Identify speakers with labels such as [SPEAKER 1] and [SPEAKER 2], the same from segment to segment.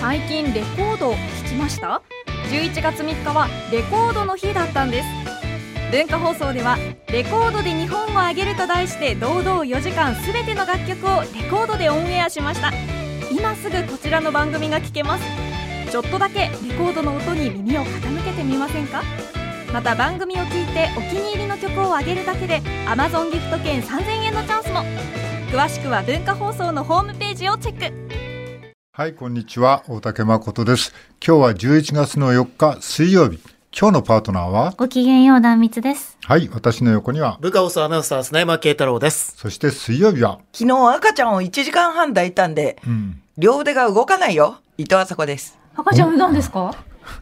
[SPEAKER 1] 最近レコードを聴きました11月3日はレコードの日だったんです文化放送では「レコードで日本をあげる」と題して堂々4時間全ての楽曲をレコードでオンエアしました今すぐこちらの番組が聴けますちょっとだけレコードの音に耳を傾けてみませんかまた番組を聞いてお気に入りの曲をあげるだけで Amazon ギフト券3000円のチャンスも詳しくは文化放送のホームページをチェック
[SPEAKER 2] はいこんにちは大竹誠です今日は11月の4日水曜日今日のパートナーは
[SPEAKER 3] ごきげんよう壇蜜です。
[SPEAKER 2] はい私の横には
[SPEAKER 4] 部下放送アナウンサー、砂山慶太郎です。
[SPEAKER 2] そして水曜日は
[SPEAKER 5] 昨日赤ちゃんを1時間半抱いたんで、
[SPEAKER 2] うん
[SPEAKER 5] 両腕が動かないよ。伊藤麻子です。
[SPEAKER 3] 赤ちゃん産んだんですか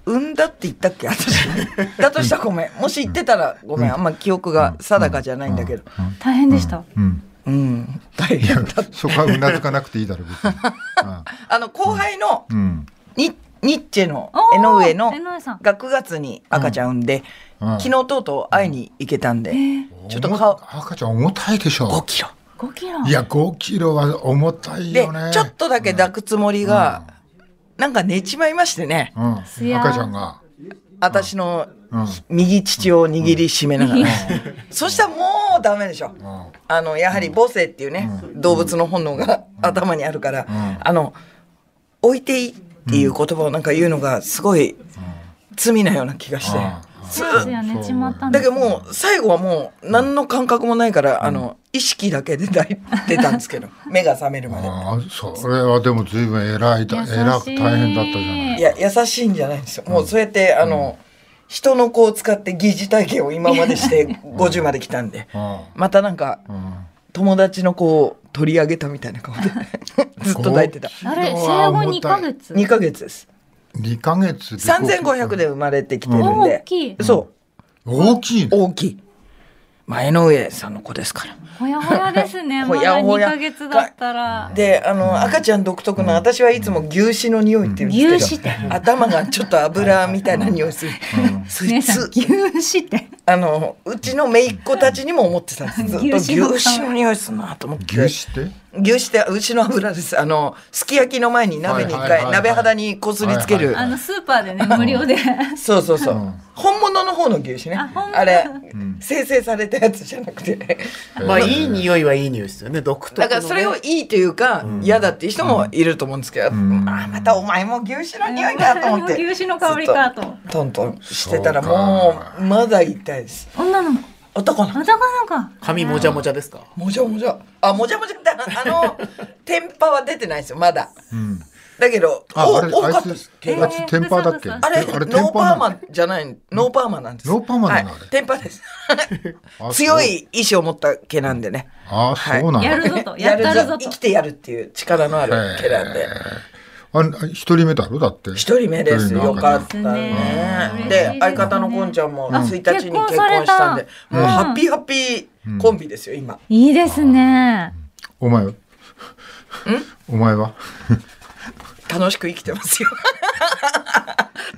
[SPEAKER 5] 産んだって言ったっけ私。だとしたらごめん。もし言ってたらごめん。あんま記憶が定かじゃないんだけど。
[SPEAKER 3] 大変でした。
[SPEAKER 2] うん
[SPEAKER 5] うん。大変だ。
[SPEAKER 2] そこはうなずかなくていいだろう 別に
[SPEAKER 5] あの、後輩の
[SPEAKER 2] うん
[SPEAKER 5] ニニッチェの
[SPEAKER 3] おー
[SPEAKER 5] 江上の
[SPEAKER 3] 江上さん
[SPEAKER 5] が9月に赤ちゃん産んで、
[SPEAKER 2] うん
[SPEAKER 5] 昨日とうとう会いに行けたんで、ちょっと
[SPEAKER 2] 重
[SPEAKER 5] 顔
[SPEAKER 2] 赤ちゃん重たいでしょ
[SPEAKER 5] 5キロ。
[SPEAKER 3] 5キロ。
[SPEAKER 2] いや5キロは重たい
[SPEAKER 5] で
[SPEAKER 2] よね、
[SPEAKER 5] ちょっとだけ抱くつもりが、なんか寝ちまいましてね。
[SPEAKER 2] うん
[SPEAKER 3] すや
[SPEAKER 2] 赤ちゃんが
[SPEAKER 5] 私の
[SPEAKER 2] うん
[SPEAKER 5] 右乳を握りしめながら、そしたらもうダメでしょ、あのやはり母性っていうね、動物の本能が頭にあるから、あの置いていいっていう言葉をなんか言うのがすごい罪なような気がして、
[SPEAKER 3] そうですよね。ちまったんで
[SPEAKER 5] だ
[SPEAKER 3] す
[SPEAKER 5] けどもう最後はもう何の感覚もないから、あの意識だけで抱いてたんですけど目が覚めるまで。
[SPEAKER 2] ああそれはでも随分偉いだ
[SPEAKER 3] 優しい
[SPEAKER 2] 偉く大変だったじゃない
[SPEAKER 5] いや優しいんじゃないんですよもうそうやって、あの人の子を使って疑似体験を今までして50まで 来たんで、またなんか、友達の子を取り上げたみたいな顔でずっと抱いてた
[SPEAKER 3] あれ、生後2ヶ月。
[SPEAKER 5] 2ヶ月です
[SPEAKER 2] 2ヶ月で
[SPEAKER 5] 3500で生まれてきてるん
[SPEAKER 3] 大
[SPEAKER 5] で、
[SPEAKER 3] きい。
[SPEAKER 5] そ
[SPEAKER 2] 大きいう
[SPEAKER 5] 大きい前の上さんの子ですから
[SPEAKER 3] ほやほやですね。ま
[SPEAKER 5] ほ
[SPEAKER 3] だ
[SPEAKER 5] やほ
[SPEAKER 3] 2
[SPEAKER 5] や
[SPEAKER 3] ヶ月だったら。
[SPEAKER 5] であの赤ちゃん独特の私はいつも牛脂の匂いって言うん
[SPEAKER 3] 牛
[SPEAKER 5] で
[SPEAKER 3] 脂っ
[SPEAKER 5] すけど
[SPEAKER 3] て。
[SPEAKER 5] 頭がちょっと油みたいな匂いする、 そ
[SPEAKER 3] 姉
[SPEAKER 5] い
[SPEAKER 3] さん、
[SPEAKER 5] つ
[SPEAKER 3] 牛脂って。
[SPEAKER 5] あのうちの姪っ子たちにも思ってたんですずっと
[SPEAKER 3] 牛
[SPEAKER 5] 牛
[SPEAKER 3] 脂の
[SPEAKER 5] 脂の匂いするなと思って
[SPEAKER 2] 牛脂って
[SPEAKER 5] 牛脂って牛の油ですあのすき焼きの前に鍋に一
[SPEAKER 2] はいはいはい
[SPEAKER 5] 回
[SPEAKER 2] はい
[SPEAKER 5] 鍋肌にこすりつけ
[SPEAKER 2] はい
[SPEAKER 5] る
[SPEAKER 2] はい
[SPEAKER 3] あの、スーパーでね、無料で。
[SPEAKER 5] そうそうそう、本物の方の牛脂ね
[SPEAKER 3] あ本
[SPEAKER 5] あ
[SPEAKER 3] 物
[SPEAKER 5] れ、生成されたやつじゃなくて
[SPEAKER 2] うん
[SPEAKER 4] まあ、いい匂いはいい匂いですよね、独特の、
[SPEAKER 5] だ
[SPEAKER 4] ね。
[SPEAKER 5] からそれをいいというか嫌だっていう人もいると思うんですけど、まあまたお前も牛脂の匂いかと思って
[SPEAKER 3] 牛脂の香りかと
[SPEAKER 5] ずっトントンしてたら
[SPEAKER 2] そうか
[SPEAKER 5] もうまだ痛いです
[SPEAKER 3] 女の子。
[SPEAKER 5] 男の子
[SPEAKER 3] 男の子。
[SPEAKER 4] 髪もじゃもじゃですか。
[SPEAKER 5] もじゃもじゃあもじゃもじゃってあ の天パは出てないですよまだ、だけど
[SPEAKER 2] あ
[SPEAKER 5] お
[SPEAKER 2] あれ
[SPEAKER 5] 多か
[SPEAKER 2] あ
[SPEAKER 5] っ
[SPEAKER 2] い
[SPEAKER 5] たです
[SPEAKER 2] つあいつテンパーだっけ
[SPEAKER 3] えー
[SPEAKER 5] あれノーパーマンじゃないノーパーマンなんです
[SPEAKER 2] ノーパーマンなの
[SPEAKER 5] はい
[SPEAKER 2] あれ
[SPEAKER 5] テンパーです
[SPEAKER 2] あ
[SPEAKER 5] 強い意志を持った毛なんでね
[SPEAKER 2] ああそうなんだ、
[SPEAKER 3] やるぞ と。やったるぞと
[SPEAKER 5] 生。きてやるっていう力のある毛なんで
[SPEAKER 2] あ一人目だろだって
[SPEAKER 5] 一人目ですよかった
[SPEAKER 3] ね
[SPEAKER 5] ね
[SPEAKER 3] 嬉しいですね
[SPEAKER 5] で相方のこんちゃんも1日に結婚したんで
[SPEAKER 3] 結婚された
[SPEAKER 5] もううんハッピーハッピーコンビですよ今
[SPEAKER 3] いいですね。
[SPEAKER 2] お前はお前は
[SPEAKER 5] 楽しく生きてますよ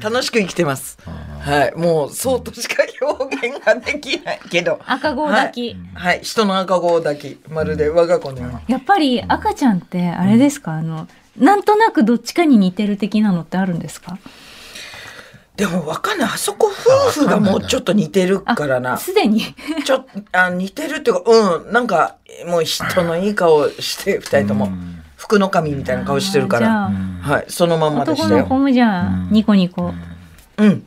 [SPEAKER 5] 楽しく生きてますはいもうそうとしか表現ができないけど
[SPEAKER 3] 赤子抱き。
[SPEAKER 5] はい、はい、人の赤子を抱きまるで我が子のように
[SPEAKER 3] やっぱり赤ちゃんってあれですか、あのなんとなくどっちかに似てる的なのってあるんですか
[SPEAKER 5] でもわかんないあそこ夫婦がもうちょっと似てるからな
[SPEAKER 3] すでに
[SPEAKER 5] ちょっとあ似てるっていうかうんなんかもう人のいい顔して二人とも服の髪みたいな顔してるか
[SPEAKER 3] じゃ
[SPEAKER 5] ら
[SPEAKER 3] あ
[SPEAKER 5] はいそのまんまでし
[SPEAKER 3] 男
[SPEAKER 5] た
[SPEAKER 3] の子
[SPEAKER 5] よ
[SPEAKER 3] もじゃあニコニコ
[SPEAKER 5] うん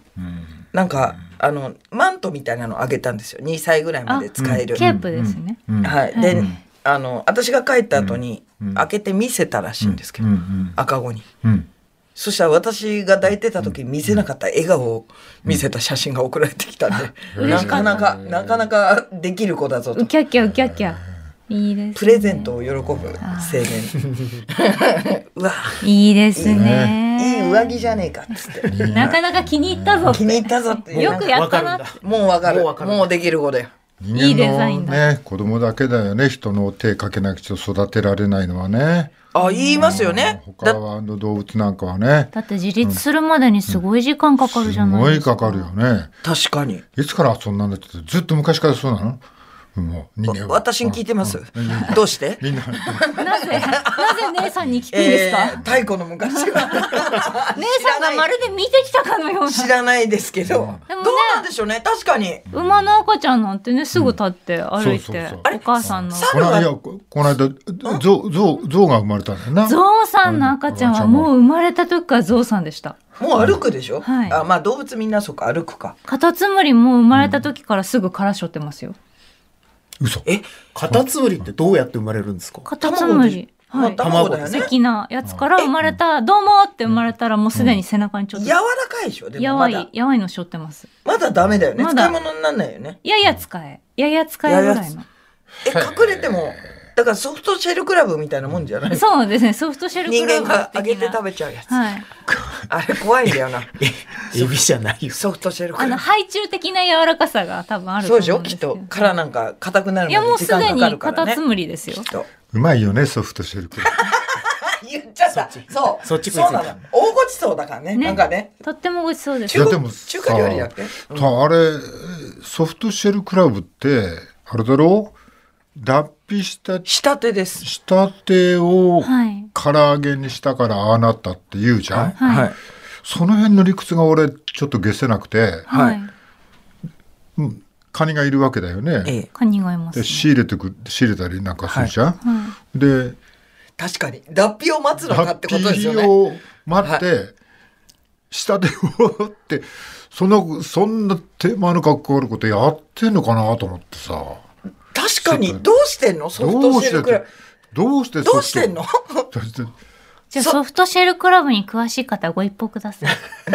[SPEAKER 5] なんかあのマントみたいなのあげたんですよ2歳ぐらいまで使える
[SPEAKER 3] ケープですね、
[SPEAKER 5] はい、で、あの私が帰った後に、開けて見せたらしいんですけど、赤子に、
[SPEAKER 2] ん
[SPEAKER 5] そしたら私が抱いてた時見せなかった笑顔を見せた写真が送られてきたんで、なかなかなかなかできる子だぞ
[SPEAKER 3] う
[SPEAKER 5] と
[SPEAKER 3] きゃきゃうきゃきゃいいですね
[SPEAKER 5] プレゼントを喜ぶ青年 うわ
[SPEAKER 3] いいですね
[SPEAKER 5] いい上着じゃねえかっつって
[SPEAKER 3] なかなか気に入ったぞって
[SPEAKER 5] 気に入ったぞって
[SPEAKER 3] よくやったなって
[SPEAKER 4] わか
[SPEAKER 5] もうわかる
[SPEAKER 4] もう
[SPEAKER 5] も
[SPEAKER 4] わかる
[SPEAKER 5] うできる子だよ
[SPEAKER 2] 人
[SPEAKER 3] いいデザ
[SPEAKER 2] 間
[SPEAKER 3] イ
[SPEAKER 2] の
[SPEAKER 3] ン
[SPEAKER 2] ね子供だけだよね人の手かけなくちゃ育てられないのはね
[SPEAKER 5] あ言いますよね
[SPEAKER 2] 他
[SPEAKER 5] だ
[SPEAKER 2] はあの動物なんかはね
[SPEAKER 3] だって自立するまでにすごい時間かかるじ
[SPEAKER 2] す
[SPEAKER 3] ゃない
[SPEAKER 2] ご
[SPEAKER 3] で
[SPEAKER 2] い
[SPEAKER 3] すか、
[SPEAKER 2] かかるよね
[SPEAKER 5] 確かに
[SPEAKER 2] いつからそんなんだってずっと昔からそうなのもう2年は
[SPEAKER 5] 私に聞いてます。どうして
[SPEAKER 2] みんな
[SPEAKER 3] なぜ、なぜ姉さんに聞くんですか、
[SPEAKER 5] えー太古の
[SPEAKER 3] 姉
[SPEAKER 5] 昔は
[SPEAKER 3] さんがまるで見てきたかのような。
[SPEAKER 5] 知らないですけど、
[SPEAKER 3] で
[SPEAKER 5] ど
[SPEAKER 3] も
[SPEAKER 5] う
[SPEAKER 3] ね
[SPEAKER 5] なんでしょうね確かに
[SPEAKER 3] 馬の赤ちゃんなんてね、すぐ立って歩い
[SPEAKER 2] そうそう
[SPEAKER 3] て
[SPEAKER 2] そう、
[SPEAKER 3] お母さんの。
[SPEAKER 2] こ
[SPEAKER 5] 猿
[SPEAKER 2] のいや
[SPEAKER 5] は
[SPEAKER 2] ここの間ゾウゾウゾウが生まれたんだよな
[SPEAKER 3] ゾウさんの赤ちゃんはもう生まれた時からゾウさんでした。
[SPEAKER 5] もう歩くでしょ、
[SPEAKER 3] はい
[SPEAKER 5] あまあ動物みんなそうか歩くか
[SPEAKER 3] カタツムリも生まれた時からすぐからしょってますよ。
[SPEAKER 2] 嘘
[SPEAKER 4] え、カタツムリってどうやって生まれるんですか
[SPEAKER 3] カタツムリ。
[SPEAKER 5] ま
[SPEAKER 3] は
[SPEAKER 5] あ
[SPEAKER 3] い。
[SPEAKER 5] 卵だよね
[SPEAKER 3] 素敵なやつから生まれた、どうもって生まれたらもうすでに背中にちょっ
[SPEAKER 5] 柔
[SPEAKER 3] と、
[SPEAKER 5] らかいでしょで
[SPEAKER 3] や
[SPEAKER 5] も
[SPEAKER 3] わ
[SPEAKER 5] ま
[SPEAKER 3] い
[SPEAKER 5] だ、
[SPEAKER 3] やわいのしょってます。
[SPEAKER 5] まだダメだよね
[SPEAKER 3] ま
[SPEAKER 5] 使
[SPEAKER 3] だ
[SPEAKER 5] い物にならないよね
[SPEAKER 3] やや使え。やや使えぐらいの。
[SPEAKER 5] え隠れてもだからソフトシェルクラブみたいなもんじゃない
[SPEAKER 3] そうですね、ソフトシェルク
[SPEAKER 5] 人
[SPEAKER 3] ラ
[SPEAKER 5] 間
[SPEAKER 3] ブ的な。
[SPEAKER 5] が揚げて食べちゃうやつ、
[SPEAKER 3] はい。
[SPEAKER 5] あれ怖いんだよな
[SPEAKER 4] エビじゃないよ。
[SPEAKER 5] ソフトシェルク
[SPEAKER 3] あの、
[SPEAKER 5] ラ
[SPEAKER 3] 配中的な柔らかさが多分あ
[SPEAKER 5] ブ
[SPEAKER 3] る
[SPEAKER 5] そ
[SPEAKER 3] と
[SPEAKER 5] う
[SPEAKER 3] 思うん
[SPEAKER 5] で
[SPEAKER 3] です
[SPEAKER 5] し
[SPEAKER 3] けど。
[SPEAKER 5] ょきっと殻なんか硬くなる
[SPEAKER 3] いや、も
[SPEAKER 5] ま
[SPEAKER 3] う
[SPEAKER 5] です時間
[SPEAKER 3] で
[SPEAKER 5] かかる
[SPEAKER 3] に
[SPEAKER 5] か
[SPEAKER 3] カ
[SPEAKER 5] ら
[SPEAKER 3] タ
[SPEAKER 5] ね
[SPEAKER 3] ツムリですよ
[SPEAKER 5] きっ。と
[SPEAKER 2] うまいよねソフトシェルク
[SPEAKER 5] あ言っちゃった
[SPEAKER 4] そっち
[SPEAKER 5] そう
[SPEAKER 4] そっち食いつい
[SPEAKER 5] そ
[SPEAKER 4] た
[SPEAKER 5] うなの大ごちそうだからね
[SPEAKER 3] ね
[SPEAKER 5] なんかね
[SPEAKER 3] とってもごちそうです。
[SPEAKER 2] いや
[SPEAKER 5] 中
[SPEAKER 2] で
[SPEAKER 5] 国
[SPEAKER 2] もさ
[SPEAKER 5] 中華料理だっけ
[SPEAKER 2] たあれソフトシェルクラブってあれだろう脱皮した
[SPEAKER 5] 仕立てです
[SPEAKER 2] したてを
[SPEAKER 3] はい。
[SPEAKER 2] 唐揚げにしたからああなったって言うじゃん、
[SPEAKER 3] はい。
[SPEAKER 2] その辺の理屈が俺ちょっと下せなくて
[SPEAKER 3] は
[SPEAKER 4] はい
[SPEAKER 3] い。
[SPEAKER 2] カニがいるわけだよね、
[SPEAKER 5] ええ
[SPEAKER 3] カニがいます、
[SPEAKER 2] で
[SPEAKER 3] ね。
[SPEAKER 2] 仕入れてく仕入れたりなんかするじゃん、
[SPEAKER 3] は
[SPEAKER 2] で
[SPEAKER 5] 確かに脱皮を待つのかってことですよ
[SPEAKER 2] 脱皮
[SPEAKER 5] ね
[SPEAKER 2] を待って、下手をってそのそんな手間の格好あることやってんのかなと思ってさ
[SPEAKER 5] 確かにどうしてんのソフ
[SPEAKER 2] ど
[SPEAKER 5] ト
[SPEAKER 2] う
[SPEAKER 5] シェル
[SPEAKER 2] し
[SPEAKER 5] クラ
[SPEAKER 2] て
[SPEAKER 5] ブ
[SPEAKER 2] どうして
[SPEAKER 5] どうしてんの
[SPEAKER 2] そして
[SPEAKER 3] じゃあ
[SPEAKER 5] そ
[SPEAKER 3] ソフトシェルクラブに詳しい方ご一報ください。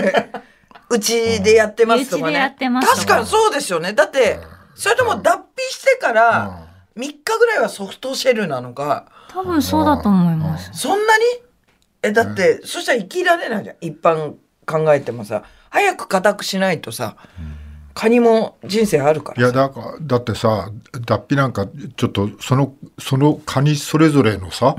[SPEAKER 5] うちでやってますと
[SPEAKER 3] う
[SPEAKER 5] か
[SPEAKER 3] ちでや
[SPEAKER 5] ね
[SPEAKER 3] ってますとか
[SPEAKER 5] 確かにそうですよねだってそれとも脱皮してから3日ぐらいはソフトシェルなのか
[SPEAKER 3] 多分そうだと思います。
[SPEAKER 5] そんなにえだってそしたら生きられないじゃん一般考えてもさ早く固くしないとさカニも人生あるか
[SPEAKER 2] い
[SPEAKER 5] ら
[SPEAKER 2] や
[SPEAKER 5] さ
[SPEAKER 2] だかだってさ脱皮なんかちょっとそのそのカニそれぞれのさ、